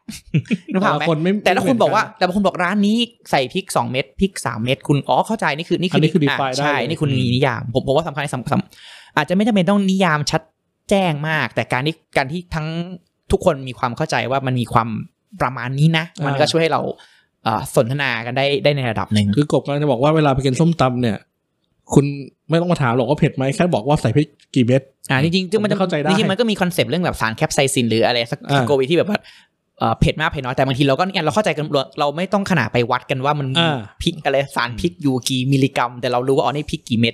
S2: นึกภาพไหม
S3: แต่ละคนไม่
S2: แต่ถ้าคุณบอกว่า
S3: ไม่
S2: แต่บางคนบอกร้านนี้ใส่พริกสองเม็ดพริกสามเม็ดคุณอ๋อเข้าใจนี่คือนี่
S3: อันนี้คือ
S2: ะ
S3: define ได้
S2: ใช่
S3: เลย
S2: นี่คุณ
S1: อืม
S2: มีนิยาม ผมผมว่าสำคัญสำสำอาจจะไม่จำเป็นต้องนิยามชัดแจ้งมาก แต่การที่การที่ทั้งทุกคนมีความเข้าใจว่ามันมีความประมาณนี้นะ มันก็ช่วยให้เราเอ่อสนทนากันได้ได้ในระดับหนึ่ง
S3: เหมือนกันคือกบกำลังจะบอกว่าเวลาไปกินส้มตำเนี่ย คุณไม่ต้องมาถามหรอกว่าเผ็ดไหมแค่บอกว่าใส่พริกกี่เม็ด
S2: อ่าจริงๆซึ่งมัน
S3: ผมเข้าใจได้
S2: จริงๆมันก็มีคอนเซปต์เรื่องแบบสารแคปไซซินหรืออะไรสัก
S3: อ่า
S2: โกวีที่แบบว่าเอ่อเผ็ดมากเผ็ดน้อยแต่บางทีเราก็เนี่ยเราเข้าใจกันเราไม่ต้องขนาดไปวัดกันว่ามัน
S3: อ่า
S2: พริกอะไรสารพริกอยู่กี่มิลลิกรัม แต่เรารู้ว่าอ๋อนี่พริกกี่เม็ด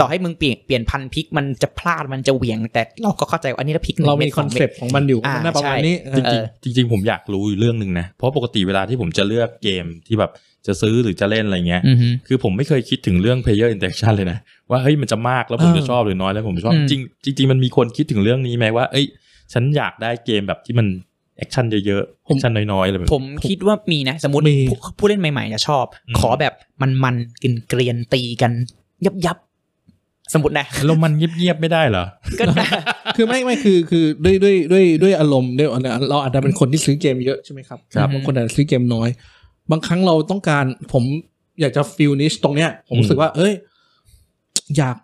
S2: ต่อให้มึงเปลี่ยนเปลี่ยนพันธุ์พริกมันจะพลาดมันจะเหวี่ยง แต่เราก็เข้าใจว่าอันนี้ละพริกหนึ่ง
S3: เรา
S2: ม็
S3: มี
S2: ด
S3: ค
S2: ส
S3: อน
S2: งม็ด
S3: เซปต์ของมันอยู่
S2: อ่า
S3: มันน่าประมาณนี้
S1: จ
S3: เออ
S1: ริง
S2: อ
S1: ๆจริงๆผมอยากรู้อยู่เรื่องหนึ่งนะ เพราะปกติเวลาที่ผมจะเลือกเกมที่แบบจะซื้อหรือจะเล่นอะไรเงี้ย
S2: อือฮึ
S1: คือผมไม่เคยคิดถึงเรื่อง player interaction เลยนะ ว่าเฮ้ยมันจะมากแล้วผม
S3: เออ
S1: จะชอบหรือน้อยแล้วผมชอบ
S2: อืม
S1: จริงๆจริงๆมันมีคนคิดถึงเรื่องนี้ไหมว่าเอ้ย ฉันอยากได้เกมแบบที่มันแอคชั่นเยอะๆแอคชั่นน้อยๆอะไรแบบ
S2: ผ
S1: นี้
S2: มคิดว่ามีนะ สมมติ
S3: มี
S2: ผู้ผู้เล่นใหม่ๆจะชอบ
S1: อืม
S2: ขอแบบมันมันกินเกรียนๆตีกัน ยับยับๆสมมตินะ
S1: แล้วมันเงียบๆไม่ได้เหรอ
S2: ก็นะ
S3: คือไม่ไม่คือคือด้วยด้วยด้วยด้วยอารมณ์ด้วยเราอาจจะเป็นคนที่ซื้อเกมเยอะใช่ไหมครับ
S2: ครับ
S3: บางคนอาจจะซื้อเกมน้อย บางครั้งเราต้องการผมอยากจะฟิลนิชตรงเนี้ย ผม
S1: อืม
S3: รู้สึกว่า เอ้ย อยาก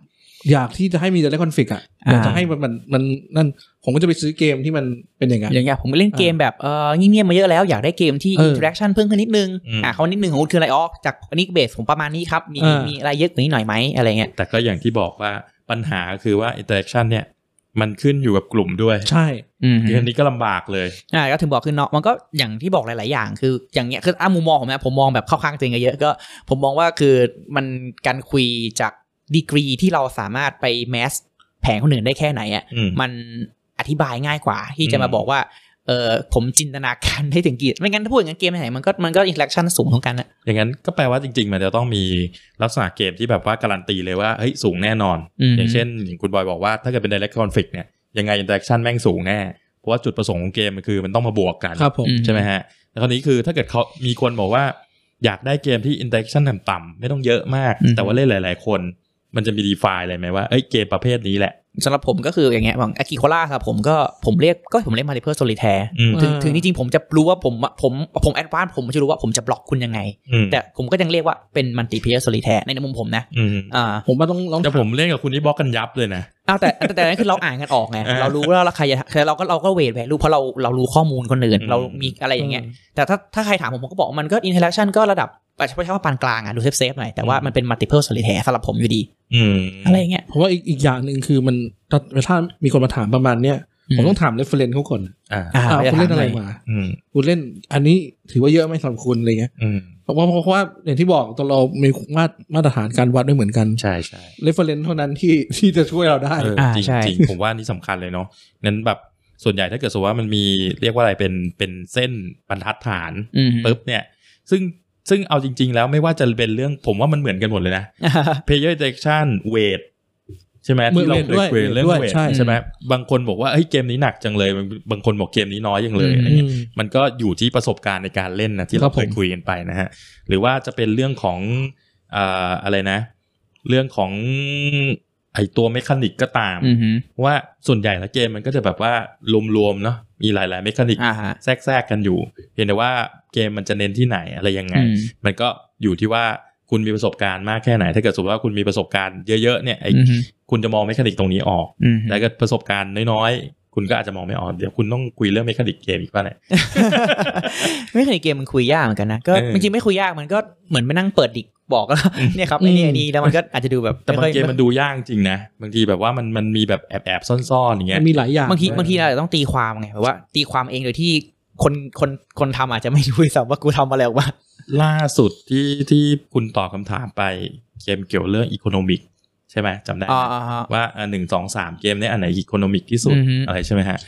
S3: อยากที่จะให้มีแต่ละคอนฟ lict อ่ะอยากจะให้มันมันมันนั่น ผมก็จะไปซื้อเกมที่มันเป็นอย่างนั้น
S2: อย่างเงี้ยผมเล่นเกมแบบเออเงียบๆมาเยอะแล้วอยากได้เกมที่
S3: เอ
S2: อิ
S3: อน
S2: เทอร์แอคชั่นเพิ่มขึ้นนิดนึง
S1: อืม
S2: อ่ะเขานิดนึงของคุณคืออะไรอ๋อจากอันนี้เบสผมประมาณนี้ครับมี
S3: เออ
S2: มีอะไรเยอะกว่านี้หน่อยไหมอะไรเงี้ย
S1: แต่ก็อย่างที่บอกว่าปัญหาคือว่า interaction เนี่ย มันขึ้นอยู่กับกลุ่มด้วย
S3: ใช่
S2: อืม
S1: คืออันนี้ก็ลำบากเลย
S2: อ่าก็ถึงบอกคือเนาะมันก็อย่างที่บอกหลาย ๆ อย่าง คืออย่างเงี้ยคืออ่ะมุมมองผมนะผมมองแบบเข้าข้างตัวเองเยอะๆก็ ผมมองว่าคือมันการคุยจากดีกรีที่เราสามารถไปแมสแผงคนอื่นได้แค่ไหนอ่ะ
S1: อืม
S2: มันอธิบายง่ายกว่าที่จะ
S1: อืม
S2: มาบอกว่าเออผมจินตนาการ ได้ถึงกี่ไม่งั้นถ้าพูดอย่างนั้นเกมไหนมันก็มันก็อินเทอร์แอคชั่นสูงของกันนะ
S1: อย่างนั้นก็แปลว่าจริง ๆ มันจะต้องมีลักษณะเกมที่แบบว่าการันตีเลยว่าเฮ้ยสูงแน่นอน
S2: ม
S1: อย่างเช่นอย่างคุณบอยบอกว่าถ้าเกิดเป็น direct conflict เนี่ยยังไง interaction แม่งสูงแน่ เพราะว่าจุดประสงค์ของเกมมันคือมันต้องมาบวกกัน
S3: ครับผม
S2: อื
S1: ใช่ไหมฮะแล้วคราวนี้คือถ้าเกิดเขามีคนบอกว่า อยากได้เกมที่ interaction ต่ำๆไม่ต้องเยอะมาก แต่ว่าเล่นหลาย ๆ คน มันจะมี define อะไรไหมว่าเอ้ยเกมประเภทนี้แหละ
S2: สำหรับผมก็คืออย่างเงี้ยบางอากิโคล่าครับผมก็ผมเรียกก็ผมเรียกมาริเพอร์โซลิแทร์
S1: อืม
S2: ถึง
S3: อ่า
S2: ถึงจริงๆผมจะรู้ว่าผมผมผมแอดวานผมจะรู้ว่าผมจะบล็อกคุณยังไง
S1: อืม
S2: แต่ผมก็ยังเรียกว่าเป็นมัลติเพเยอร์โซลิแทร์ในมุมผมนะ
S1: อืม
S2: อ่า
S3: ผมว่าต้องลอง
S1: แต่ผมเล่นกับคุณนี่บล็อกกันยับเลยนะ
S2: เอาแต่แต่แต่นั่นคือเราอ่านกันออกไง
S1: อ่า
S2: เรารู้ว่าเราใครจะแต่เราก็เราก็เวทแวลูเพราะเราเรารู้ข้อมูลคนอื่น
S1: อืม
S2: เรามีอะไรอย่างเงี้ย แต่ถ้าถ้าใครถามผมผมก็บอกว่ามันก็อินเทอร์แอคชั่นก็ระดับอาจจะไม่ใช่ว่าปานกลางอ่ะ ดูเซฟเซฟหน่อย แต่ว่ามันเป็นมัลติเพ l ร์โซลิแทร์สำหรับผมอยู่ดี
S1: อืม
S2: อะไรอย่างเงี้ย
S3: ผมว่าอีกอีกอย่างหนึ่งคือมันถ้าถ้ามีคนมาถามประมาณเนี้ย
S2: อืม
S3: ผมต้องถามเรฟเฟรนซ์เขาก่อน
S1: อ่า
S2: อ่า
S3: อ่าคุณเล่นอะไร
S2: ถามหน่ย
S3: มา
S1: อืม
S3: คุณเล่นอันนี้ถือว่าเยอะไหมสำหรับคุณอะไรเงี้ย
S1: อืม
S3: เพราะว่าเพราะว่าอย่างที่บอกตัวเรามีมาตรมาตรฐานการวัดไม่เหมือนกัน
S1: ใช่ใช่
S3: เรฟเฟรนซ์เท่านั้นที่ที่จะช่วยเราได้
S1: เออ
S2: อ่า
S1: จริง
S2: ใช่
S1: จริงผมว่านี่สำคัญเลยเนาะนั้นแบบส่วนใหญ่ถ้าเกิดสมมติว่ามันมีเรียกว่าอะไรเป็นเป็นเส้นบรรทัดฐาน
S2: อืม
S1: ปุ๊บเนี่ย ซึ่งซึ่งเอาจริง ๆ แล้วไม่ว่าจะเป็นเรื่องผมว่ามันเหมือนกันหมดเลยนะ player direction weight ใช่ไหม
S3: เหมือน
S1: ที่เราเคยคุย
S3: weight ด้วย
S1: เรื่อง
S3: weight ด้วย
S1: weight
S3: ใช่
S1: ใช่ไหมบางคนบอกว่าเฮ้ยเกมนี้หนักจังเลย บางคนบอกเกมนี้น้อยจังเลยอะไร
S3: อื
S1: เงี้ย
S3: ม
S1: มันก็อยู่ที่ประสบการณ์ในการเล่นนะที่เรา
S3: ครับผม
S1: เคยคุยกันไปนะฮะหรือว่าจะเป็นเรื่องของอ่าอะไรนะ เรื่องของไอตัวเมคานิกก็ตาม
S2: อืมฮึ
S1: เพราะว่าส่วนใหญ่และเกมมันก็จะแบบว่ารวมๆเนาะมีหลายๆเมคานิก
S2: อ่าฮะ
S1: แทรกๆกันอยู่ เพียงแต่ว่าเกมมันจะเน้นที่ไหนอะไรยังไง
S2: อืม
S1: มันก็อยู่ที่ว่าคุณมีประสบการณ์มากแค่ไหน ถ้าเกิดสมมติว่าคุณมีประสบการณ์เยอะๆเนี่ยไอ้
S2: อืมฮึ
S1: คุณจะมองเมคานิกตรงนี้ออก
S2: อืมฮึ
S1: แต่ถ้าเกิดประสบการณ์น้อย คุณก็อาจจะมองไม่ออกเดี๋ยวคุณต้องคุยเรื่องเมคานิกเกมอีกว่าแหละ
S2: ไม่เคยเกมมันคุยยากเหมือนกันนะก็
S1: เออ
S2: จริงๆไม่คุยยากมันก็เหมือนไปนั่งเปิดดิก บอกแล้วเนี่ยครับไอ้นี่ไอ้นี่แล้วมันก็อาจจะดูแบบ
S1: แต่บาง
S2: ไค่อย
S1: เกมมันดูยากจริงนะบางทีแบบว่ามันมันมีแบบแอบแอบซ่อนๆอย่างเงี้ย
S3: มันมีหลายอย่าง
S2: บางที
S3: ด้วย
S2: บางทีเราอาจจะต้องตีความไงแบบว่า ตีความเองโดยที่คนคนคนทำอาจจะไม่รู้ด้วยซ้ำว่ากูทำอะไรออกมา
S1: ล่าสุดที่ที่คุณตอบคำถามไปเกมเกี่ยวเรื่องอีโคโนมิกใช่ไหมจำได้ไหม ว่าหนึ่งสองสามเกมเนี่ยอันไหนอีโคโนมิกที่สุด
S2: อือฮึ
S1: อะไรใช่ไหมฮะ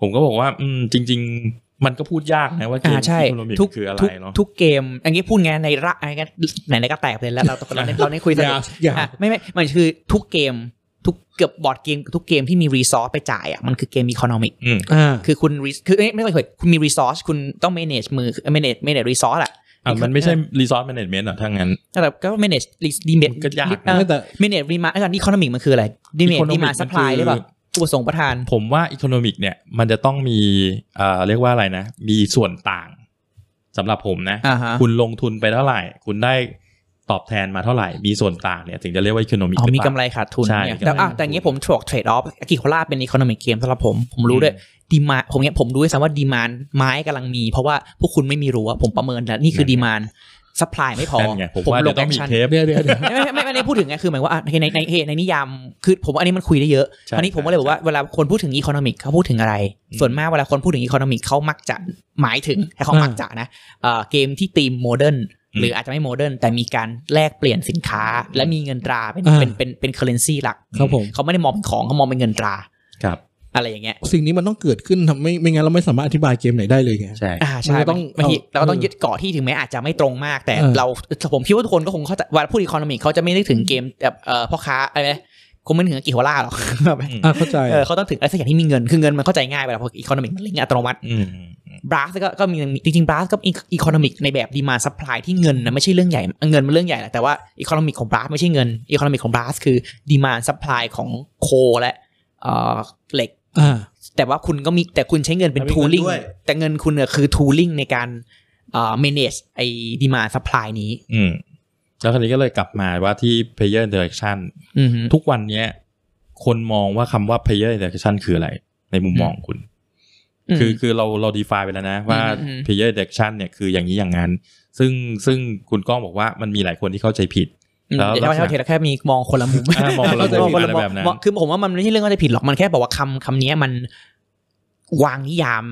S1: ผมก็บอกว่า อืม จริง ๆ มันก็พูดยากนะว่าเกมา
S2: ใช่
S1: อีโคโนมิก
S2: ทุก
S1: คืออะไร
S2: ทุก
S1: เนาะ
S2: ทุกเกม อันนี้พูดไงในระไอ้กันไหนๆก็แตกไปเลยแล้วเราตกลง เราเนี่ยคุยส
S3: อ
S2: นุ
S3: ย่าก อย่า
S2: อ่ะไม่ไม่มันคือทุกเกมทุกเกือบบอร์ดเกมทุกเกมที่มีรีซอสไปจ่ายอ่ะมันคือเกมอีโคโนมิก
S1: อืม
S3: อ่า
S2: คือคุณ res- คือเอ้ยไม่ใช่คุณมีรีซอสคุณต้อง manage มือ manage manage รีซอสอ่ะ
S1: อ่ะมันไม่ใช่รีซอสแมเนจเมนต์หรอถ้างั้น
S2: แต่ก็ manage ดีดีเม
S1: มันก็ยากนะ
S2: เอ่อ
S3: ไม่แต่
S2: manage รีมาแล้วอีโคโนมิกมันคืออะไรดีเมท
S1: economic
S2: ดีมา
S1: มัน
S2: ซัพพลาย
S1: คือ
S2: ได้ป่ะอุปสงค์ประธาน
S1: ผมว่าอีโคโนมิกเนี่ย มันจะต้องมีเอ่อเรียกว่าอะไรนะ มีส่วนต่างสำหรับผมนะ
S2: อ่าฮะ
S1: คุณลงทุนไปเท่าไหร่ คุณได้ตอบแทนมาเท่าไหร่ มีส่วนต่างเนี่ย ถึงจะเรียกว่าอีโคโนมิก
S2: อ๋อมีกำไรขาดทุน
S1: ใช่
S2: เนี่ย
S1: มีกำไร
S2: แต่
S1: ขา
S2: อ่ะ
S1: ดทุน
S2: แต่อย่างเงี้ยผมถกเทรดออฟอากิโคล่าเป็นอีโคโนมิกเกมสำหรับผมผมรู้ด้วยดีมาผมเนี้ยผมรู้ด้วยซ้ำว่าดีมานไม้กำลังมี เพราะว่าพวกคุณไม่มีรั้วผมประเมินแล้วนี่คือดีมานซัพพลายไม่พอ
S1: นั่นไงผมว่า
S2: ล
S1: เดี๋ยว
S2: ง
S1: ต้
S2: แอ
S1: อง
S2: ค
S1: มี
S2: ชั่น
S1: เทป
S3: เดี๋ยวเดี๋ยวเดี๋ยว
S2: ไม่ไม่ไม่ไม่ได้พูดถึงไงคือหมายว่าอ่ะในในในในนิยามคือผมว่าอันนี้มันคุยได้เยอะ
S1: ใช่
S2: อันนี้ผมก็เลยบอกว่าเวลาคนพูดถึงอีโคโนมิกเขาพูดถึงอะไร
S1: อืม
S2: ส่วนมากเวลาคนพูดถึงอีโคโนมิกเขามักจะหมายถึงแต่เขา
S3: อ่า
S2: มักจะนะเอ่อเกมที่ตีมโมเดิร์นหรืออาจจะไม่โมเดิร์นแต่มีการแลกเปลี่ยนสินค้า และมีเงินตราเป็นเป็นเป็นเป็นเคอร์เรนซีหลัก
S3: ครับผม
S2: เขาไม่ได้มองเป็นของเขามองเป็นเงินตรา
S1: ครับ
S2: อะไรอย่างเงี้ย
S3: สิ่งนี้มันต้องเกิดขึ้นทำไม่ไม่งั้นเราไม่สามารถอธิบายเกมไหนได้เลยไง
S1: ใช่
S2: อ่าใช่
S3: มันก็ต้อง
S2: บางที
S3: เอา
S2: เราก็ต้องยึดเกาะที่ถึงแม้อาจจะไม่ตรงมาก แต่
S3: เออ
S2: เราผมคิดว่าทุกคนก็คงเข้าใจเวลาพูดอีโคโนมิกเขาจะไม่นึกถึงเกมแบบเอ่อพ่อค้าอะไรนะคงไม่นึกถึงอากิโฮล่าหรอก
S3: อ่าเข้าใจ
S2: เออเขาต้องถึงอะไรสักอย่างที่มีเงิน คือเงินมันเข้าใจง่ายไปแล้วเพราะอีโคโนมิกมันลิงก์อัตโนมัติ
S1: อืม
S2: บราสก็ก็มีจริงๆบราสก็อีโคโนมิกในแบบดีมาซัพพลายที่เงินนะไม่ใช่เรื่องใหญ่เงินมันเรื่องใหญ่แหละแต่ว่าอีโคโนมิกของบราสไม่ใช่เงินอีโคโนมิกของบราสคือดีมาซัพพลายของโคและเอ่อเหล็ก
S3: อ่า
S2: แต่ว่าคุณก็มีแต่คุณใช้เงินเป็น
S4: แล้วมี
S2: ทู
S4: เงิน
S2: ลิง
S4: ด้วย
S2: แต่เงินคุณเนี่ยคือทูลิงในการเอ่อ manage ไอ้ดีมาซัพพลายนี้
S1: อืม แล้วคราวนี้ก็เลยกลับมาว่าที่ player direction
S2: อือฮึ
S1: ทุกวันเนี้ยคนมองว่าคำว่า player interaction คืออะไร ในมุมมองคุณ คือคือเราเรา define ไปแล้วนะว่า
S2: อืมอืม
S1: player interaction เนี่ยคืออย่างนี้อย่างนั้น ซึ่งซึ่งคุณก้องบอกว่ามันมีหลายคนที่เข้าใจผิด
S2: อืม
S1: แล้ว
S2: เดี๋ยว
S1: ลักษณะ
S2: เดี๋ยวเทแค่มีมองคนละมุม
S1: อ่ะมองคนละ
S3: เข้าใจ
S1: มุม
S2: มอง
S1: อะไรแบบนั้น
S2: มองคือผมว่ามันไม่ใช่เรื่องเข้าใจผิดหรอก มันแค่บอกว่าคำคำนี้มันวางนิยาม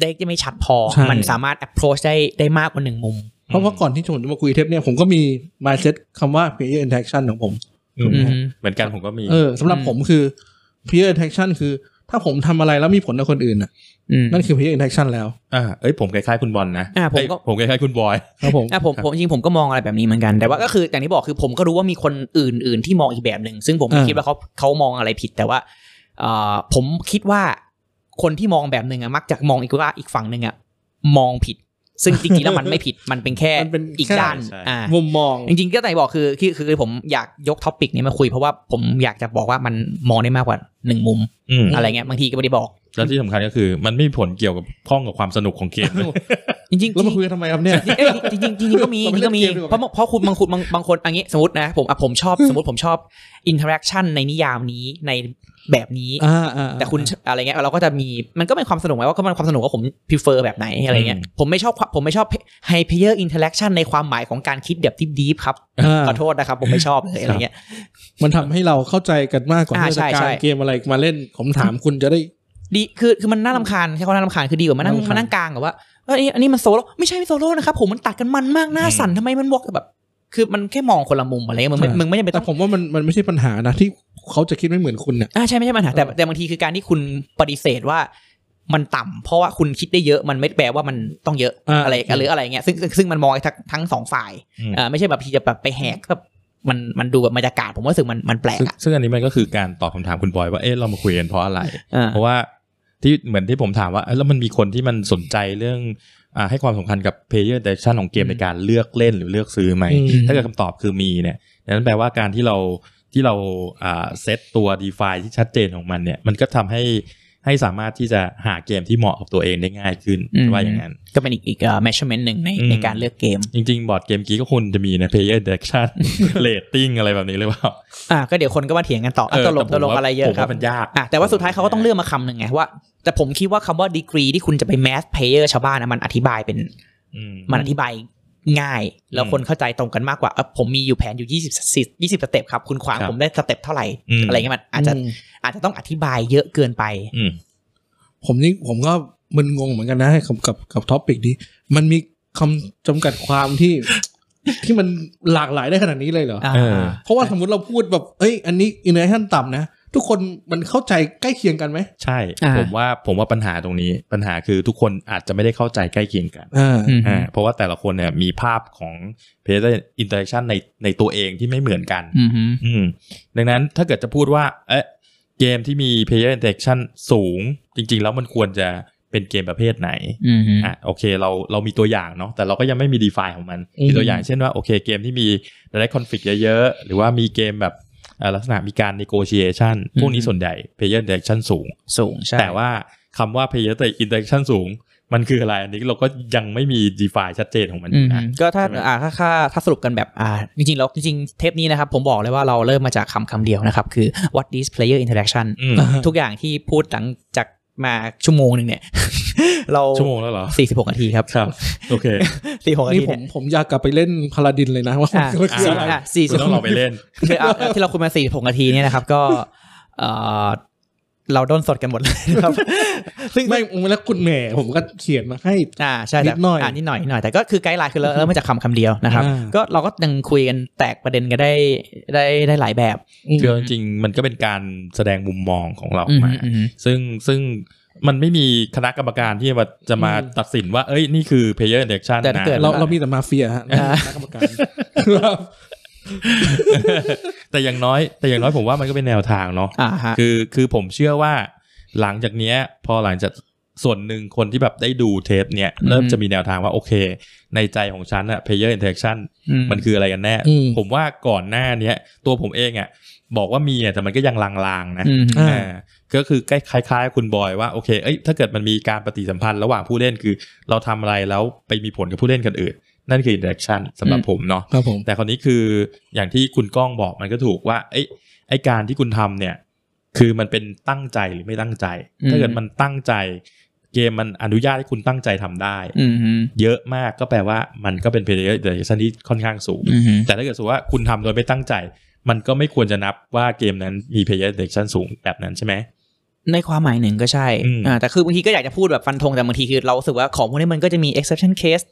S2: ได้ไม่ชัดพอ
S3: ใช่
S2: มันสามารถ approach ได้ได้มากกว่าหนึ่งมุม
S3: เพราะว่าก่อนที่ผมจะมาคุยเทปเนี่ยผมก็มี mindset คำว่า player interaction ของผม
S1: อืม
S2: อืม
S1: เหมือนกันผมก็มี
S3: เออสำหรับ
S2: อืม
S3: ผมคือ peer interaction คือ ถ้าผมทำอะไรแล้วมีผลต่อคนอื่นน่ะ
S2: อืม
S3: นั่นคือ peer interaction แล้ว
S1: อ่าเอ้ยผมคล้ายๆคุณบอลนะ
S2: อ่ะผม
S1: เอ้ย
S2: ก็
S1: ผมคล้ายๆคุณบอย
S3: ครับผม
S2: อ่ะผมผมจริงๆผมก็มองอะไรแบบนี้เหมือนกัน แต่ว่าก็คืออย่างที่บอกคือผมก็รู้ว่ามีคนอื่น ๆ ที่มองอีกแบบหนึ่ง ซึ่งผมไม่คิดว่าเขาเขามองอะไรผิด แต่ว่าเอ่อผมคิดว่าคนที่มองแบบหนึ่งอะมักจะมองอีกว่าอีกฝั่งหนึ่งอะมองผิด ซึ่งจริงๆแล้วมันไม่ผิดมันเป็นแค่
S3: มันเป็น
S2: อีก
S3: แค่
S2: ด้าน
S1: ใช่
S2: อ่า
S3: มุมมอง
S2: จริงๆก็ไหนบอกคือคือคือผมอยากยกท็อปิกนี้มาคุยเพราะว่าผมอยากจะบอกว่ามันมองได้มากกว่าหนึ่งมุม
S1: อืม
S2: อะไรเงี้ยบางทีก็ไม่ได้บอก
S1: แล้วที่สำคัญก็คือ มันไม่มีผลเกี่ยวกับข้องกับความสนุกของเกมเลย
S2: จริงๆ
S3: แล้วมาคุยกันทำไมครับเนี่ย
S2: เอ้ยจริงๆจริงๆจริงๆก็มีจ
S3: เรา
S2: ริงๆ
S3: ไม่
S2: ก็มี
S3: เล่นเกมดีกว่า
S2: เพราะเพราะคุณบางคุณบางบางคนอันนี้สมมตินะผมอ่ะผมชอบสมมติผมชอบอินเทอร์แอคชั่นในนิยามนี้ในแบบนี้
S3: อ่าอ่า
S2: แต่คุณอะไรเงี้ยเราก็จะมีมันก็เป็นความสนุกไหมว่าก็เป็นความสนุกว่าผม prefer แบบไหนอะไรเงี้ยผมไม่ชอบความผมไม่ชอบ high player interaction ในความหมายของการคิดแบบดีฟๆครับ
S3: อ่า
S2: ขอโทษนะครับผมไม่ชอบเลยอะไรเงี้ย
S3: มันทำให้เราเข้าใจกันมากกว่า
S2: อ่า
S3: ที่
S2: ใช่
S3: จะกา
S2: ใช่
S3: รเกมอะไรมาเล่น ผมถามคุณจะได้
S2: ดีคือคือมันน่ารำคาญใช่เขาน่ารำคาญคือดีกว่ามานั่ง
S3: รำคาญ
S2: มานั่งกลางกับว่าเอยอันนี้อันนี้มันโซโล่ไม่ใช่ไม่โซโล่นะครับผมมันตัดกันมันมากหน้าสั่นทำไมมันวอกแบบ คือมันแค่มองคนละมุมอะไรเงี้ยมึงไม่มึงไม่จำเป็น
S3: แต่
S2: ต้อง
S3: ผมว่ามันมันไม่ใช่ปัญหานะที่เขาจะคิดไม่เหมือนคุณเนี่ย
S2: อ่าใช่ไม่ใช่ปัญหาแต่แต่บางทีคือการที่คุณปฏิเสธว่ามันต่ำเพราะว่าคุณคิดได้เยอะมันไม่แปลว่ามันต้องเยอะ
S3: อ่า
S2: อะไรหรืออะไรเงี้ยซึ่งซึ่งซึ่งมันมองทั้งทั้งสองฝ่ายอ่าไม่ใช่แบบพี่จะแบบไปแหกแบบมันมันดูแบบบรรยากาศผมว่ารู้สึกมันมันแปลก
S1: ซึ่ง
S2: อ่ะ
S1: ซึ่งอันนี้มันก็คือการตอบคำถามคุณบอยว่าเอ๊ะเรามาคุยกันเพราะอะไร
S2: อ่า
S1: เพราะว่าที่เหมือนที่ผมถามว่าเอ้ยแล้วมันมีคนที่มันสนใจเรื่องอาให้ความสำคัญกับ player direction ของเกม
S2: อืม
S1: ในการเลือกเล่นหรือเลือกซื้อไหม
S3: อืม
S1: ถ้าเกิดคำตอบคือมีเนี่ยนั้นแปลว่าการที่เราที่เราเซตตัว define ที่ชัดเจนของมันเนี่ย มันก็ทำให้ ให้สามารถที่จะหาเกมที่เหมาะกับตัวเองได้ง่ายขึ้น
S2: อืม
S1: ว่าอย่างนั้น
S2: ก็เป็นอีกอีกเอ่อ measurement หนึ่งใน
S1: อืม
S2: ในการเลือกเกม
S1: จริง ๆ บอร์ดเกมกี้ก็ควรจะมีนะ player direction rating อะไรแบบนี้หรือเปล่า
S2: อ่ะก็เดี๋ยวคนก็มาเถียงกันต่ออ่ะตกลง
S1: เแต่
S2: ตกลง
S1: ผมว่า
S2: อะไรเยอะ
S1: ผม
S2: ครั
S1: ว่า
S2: บ
S1: มันยาก
S2: อ่ะแต่ว่าสุดท้ายเขาก็ต้องเลือกมาคำหนึ่งไงว่า แต่ผมคิดว่าคำว่าดีกรีที่คุณจะไป mass player ชาวบ้านนะมันอธิบายเป็น
S1: อืม
S2: มันอธิบายง่าย แล้ว
S1: อืม
S2: คนเข้าใจตรงกันมากกว่าเอ้อผมมีอยู่แผนอยู่ 20สิ20สเต็ปครับ คุณขวาง
S1: ครับ
S2: ผมได้สเต็ปเท่าไหร่
S1: อืม
S2: อะไรเงี้ยมันอาจจะ
S3: ม
S2: อาจจะต้องอธิบายเยอะเกินไป
S1: อืม
S3: ผมนี่ผมก็มึนงงเหมือนกันนะกับกับกับท็อปิกนี้ มันมีคำจำกัดความที่ ที่มันหลากหลายได้ขนาดนี้เลยเหรอ
S2: อ่า
S1: เออ
S3: เพราะว่าสมมติเราพูดแบบ เอ้ย อันนี้อินเนอร์ชั่นต่ำนะ ทุกคนมันเข้าใจใกล้เคียงกันไหม
S1: ใช่
S2: อ่า
S1: ผมว่าผมว่าปัญหาตรงนี้ปัญหาคือทุกคนอาจจะไม่ได้เข้าใจใกล้เคียงกัน
S3: อ่า
S2: อืม
S1: อ่าเพราะว่าแต่ละคนเนี่ยมีภาพของ player interaction ในในตัวเองที่ไม่เหมือนกัน
S2: อืมฮึ
S1: อืมดังนั้นถ้าเกิดจะพูดว่า เอ๊ะเกมที่มี player interaction สูง จริง ๆ แล้วมันควรจะเป็นเกมประเภทไหน
S2: อืมฮึ
S1: อ่ะโอเคเราเรามีตัวอย่างเนาะแต่เราก็ยังไม่มี define ของมัน
S3: อืม
S1: มีตัวอย่างเช่นว่าโอเคเกมที่มี direct conflict เยอะๆ หรือว่ามีเกมแบบเอ่อลักษณะมีการ negotiation พวกนี้ส่วนใหญ่ player interaction สูง
S2: สูงใช่
S1: แต่ว่าคำว่า player interaction สูง มันคืออะไร อันนี้เราก็ยังไม่มี define ชัดเจนของมันอ
S2: อื
S1: ยู่
S2: มฮึ
S1: นะ
S2: ก็ถ้า
S1: ใช่ไหม
S2: อ่าถ้าถ้าถ้าสรุปกันแบบอ่าจริงๆแล้วจริงๆเทปนี้นะครับ ผมบอกเลยว่าเราเริ่มมาจากคำคำเดียวนะครับ คือ what is player interaction
S1: อืม
S2: ทุกอย่างที่พูดหลังจากมาชั่วโมงหนึ่งเนี่ย เรา
S1: ชั่วโมงแล้วเหรอ
S2: สี่สิบหกนาทีครับ
S1: ครับ โอเค
S2: สี่หกนา
S3: นี่
S2: ที
S3: ผ
S2: เนี่ย
S3: มผมอยากกลับไปเล่นพาราดินเลยนะว่า
S2: อ่ะ
S3: มันคืออะไร
S2: อ่ะสี่
S1: คุณ
S2: สิบ
S1: ต้องเราไปเล่น
S2: คือเอาเอาที่เราคุยมาสี่หกนาทีเนี่ยนะครับก็เออเราด้นสดกันหมดเลยนะครับ ซึ่ง
S3: ไม่แล้วคุณแหม่ผมก็เขียนมาให้
S2: อ่าใช่แต่
S3: นิดหน่อย
S2: อ่านิดหน่อยนิดหน่อยแต่ก็คือไกด์ไล น์คือเราเริ่มมาจากคำคำเดียวนะครับ
S3: อ่า
S2: ก็เราก็ยังคุยกันแตกประเด็นกันได้ได้ได้หลายแบบ
S1: คือจริงๆ มันก็เป็นการแสดงมุมมองของเราอ
S2: อื
S1: อ
S2: ม
S1: กมา
S2: อืม
S1: ซึ่งซึ่งมันไม่มีคณะกรรมการที่มาจะมา
S3: อืม
S1: ตัดสินว่า เอ้ย นี่คือ player interaction
S2: แต่ถ้า
S1: นะ
S2: เกิด
S3: เราเรามีแต่มาเฟียฮะ
S2: อ่า
S3: คณะกรรมการครับ
S1: แต่อย่างน้อย แต่อย่างน้อยผมว่ามันก็เป็นแนวทางเนาะ
S2: อ่าฮะ
S1: คือคือผมเชื่อว่าหลังจากเนี้ย พอหลังจากส่วนหนึ่งคนที่แบบได้ดูเทปเนี่ย
S2: อืม
S1: เริ่มจะมีแนวทางว่าโอเค ในใจของฉันอะ player interaction
S2: อื
S1: มันคืออะไรกันแน่
S3: อืม
S1: ผมว่าก่อนหน้าเนี้ย ตัวผมเองอะบอกว่ามีอะแต่มันก็ยังลางๆนะ
S2: ม
S3: อ่า
S1: อ่าก็คือใกล้คล้ายๆคุณบอยว่าโอเค เอ้ยถ้าเกิดมันมีการปฏิสัมพันธ์ระหว่างผู้เล่นคือ เราทำอะไรแล้วไปมีผลกับผู้เล่นคนอื่น นั่นคือ interaction สำหรับ
S2: อืม
S1: ผมเนาะ
S3: ครับผม
S1: แต่คราวนี้คืออย่างที่คุณก้องบอกมันก็ถูกว่าเอ้ยไอการที่คุณทำเนี่ย คือมันเป็นตั้งใจหรือไม่ตั้งใจ ถ้าเกิดมันตั้งใจ เกมมันอนุญาตให้คุณตั้งใจทำได้
S2: อืม
S1: เยอะมากก็แปลว่ามันก็เป็น player interaction ที่ค่อนข้างสูง
S2: อืม
S1: แต่ถ้าเกิดสมมติว่าคุณทำโดยไม่ตั้งใจ มันก็ไม่ควรจะนับว่าเกมนั้นมี player interaction สูงแบบนั้นใช่ไหม
S2: ในความหมายหนึ่งก็ใช่
S1: อืม
S2: อ่าแต่คือบางทีก็อยากจะพูดแบบฟันธงแต่บางทีคือเรารู้สึกว่าของพวกนี้มันก็จะมี exception case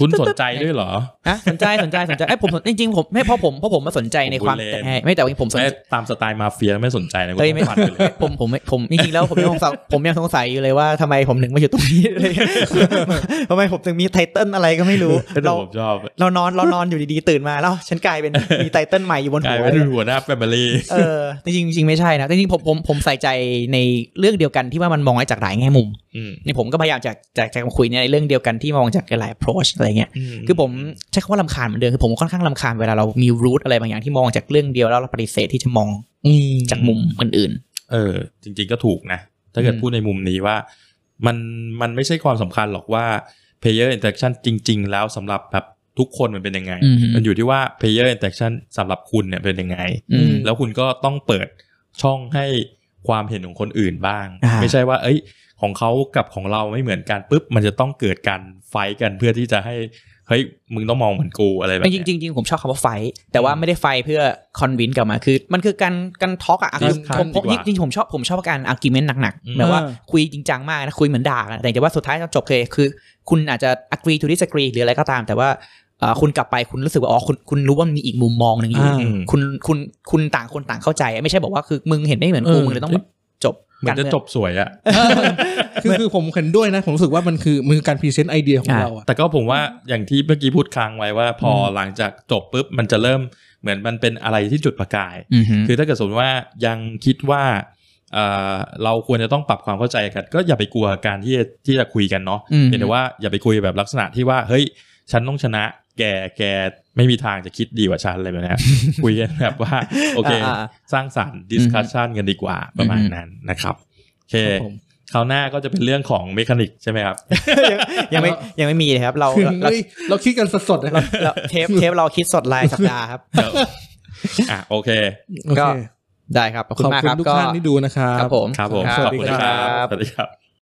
S1: คุณสนใจด้วยเหรอ
S2: นะสนใจสนใจสนใจไอ้ยผมสนจริงๆผมไม่เพราะผมเพราะผมมาสนใจในความ
S1: ผมพูดเล่น
S2: แต่ไม่แต่ว่าผมสน
S1: แม่
S2: ใจ
S1: ตามสไตล์มาเฟียไม่สนใจนะคุณ
S2: เฮ้ย
S1: ต้
S2: ไม่
S1: องฟันไปเลย
S2: ผมผมผมจริงๆแล้วผมยังสง สัยผมยังสงสัยอยู่เลยว่าทำไมผมถึงมาอยู่ตรงนี้ เลยทำไมผมถึงมีไทเติลอะไรก็ไม่รู้
S1: แต่
S2: เรา
S1: ผมชอบ
S2: เรานอนเรานอนอยู่ดีๆตื่นมาแล้ว ฉันก ลายเป็นมีไทเติลใหม่อยู่บน
S1: กลา
S2: หั
S1: ยว เป็นหัวหน้าแฟมิลี่
S2: เออจริงๆจริงๆไม่ใช่นะแต่จริงๆผมผมผมใส่ใจในเรื่องเดียวกันที่ว่ามันมองไว้จากหลายแง่มุมเนี่ยผมก็พยายามจากจากจากมาคุยเนี่ยในเรื่องเดียวกันที่มองจากหลาย approach อะไรเงี้ย คือผมใช้คำว่าลำคาญเหมือนเดิมคือผมค่อนข้างลำคาญเวลาเรามีรูทอะไรบางอย่างที่มองจากเรื่องเดียวแล้วเราปฏิเสธที่จะมอง
S3: อืม
S2: จากมุมอื่น
S1: เออ จริง ๆก็ถูกนะ ถ้าเกิด
S2: อืม
S1: พูดในมุมนี้ว่า มันมันไม่ใช่ความสำคัญหรอกว่า player interaction จริง ๆ แล้วสำหรับแบบทุกคนมันเป็นยังไง
S2: ๆอืม
S1: มันอยู่ที่ว่า player interaction สำหรับคุณเนี่ยเป็นยังไง
S2: อืม
S1: แล้วคุณก็ต้องเปิดช่องให้ความเห็นของคนอื่นบ้าง
S2: อ่า
S1: ไม่ใช่ว่า เอ้ย ของเขากับของเราไม่เหมือนกันปุ๊บ มันจะต้องเกิดการไฟท์กันเพื่อที่จะให้เฮ้ยมึงต้องมองเหมือนกูอะไรแบบ
S2: ไม่จ
S1: เนี้
S2: ริง
S1: ย
S2: จริงจริงผมชอบคำว่าไฟท์แต่ว่าไม่ได้ไฟท์เพื่อคอนวินกลับมาคือ มันคือการการทอกอะอ่ะคือ
S1: การ
S2: ผมผมจริงๆผมชอบผมชอบการอาร์กิเมนต์หนักๆแบบว่าคุยจริงจังมากนะคุยเหมือนด่ากันแต่จะว่าสุดท้ายจบเคยคือคุณอาจจะ agree to disagree หรืออะไรก็ตาม แต่ว่าเอ่อคุณกลับไปคุณรู้สึกว่าอ๋อคุณคุณรู้ว่ามันมีอีกมุมมองหนึ่งอยู่
S3: อ่า
S1: อืม
S2: คุณคุณคุณต่างคนต่างเข้าใจ ไม่ใช่บอกว่าคือมึงเห็นไม่เหมือนกู
S3: เออ
S2: มึงเลยต้องแบบจบ
S1: มัน
S2: การ
S1: จะ
S2: เมือง
S1: จบสวยอะ
S3: คือคือผมเห็นด้วยนะ ผมรู้สึกว่ามันคือมันคือการพรีเซนต์ไอเดียของ
S2: อ่ะ
S3: เราอะ
S1: แต่ก็ผมว่าอย่างที่เมื่อกี้พูดค้างไว้ว่า พอหลังจากจบปุ๊บ มันจะเริ่มเหมือนมันเป็นอะไรที่จุดประกาย
S2: อือฮึ
S1: คือถ้าเกิดสมมติว่ายังคิดว่าเอ่อเราควรจะต้องปรับความเข้าใจกัน ก็อย่าไปกลัวการที่จะที่จะคุยกันเนาะ
S2: ม
S1: เพียงแต่ว่าอย่าไปคุยแบบลักษณะที่ว่า เฮ้ย ฉันต้องชนะ แกแกไม่มีทางจะคิดดีกว่าฉันอะไรแบบเนี้ย คุยกันแบบว่า โอเค
S2: อ่าอ่า
S1: สร้างสรรค์ดิสคัชชันกันดีกว่าประมาณนั้นนะครับโอเค เคคราวหน้าก็จะเป็นเรื่องของเมคานิกใช่ไหมครับ
S2: ยังยังไม่ยังไม่มีเลยครับเรา
S3: คือ
S2: เรา
S3: เฮ้ยเราคิดกันสดๆนะค
S2: เรา
S3: รับ
S2: เราเทปเทปเราคิดสดรายสัปดาห์ครับ
S1: อ่ะโอเค
S2: ก็
S3: โอเค
S2: ได้ครับขอบคุณมากครับ
S3: ทุก
S2: ก็
S3: ท่านที่ดูนะครับ
S2: ครับผม
S1: ครับผม
S2: ครับ
S1: ขอบคุณ
S2: สวัส
S1: ค
S2: ดีครั
S1: รับ บสวัสดีครับ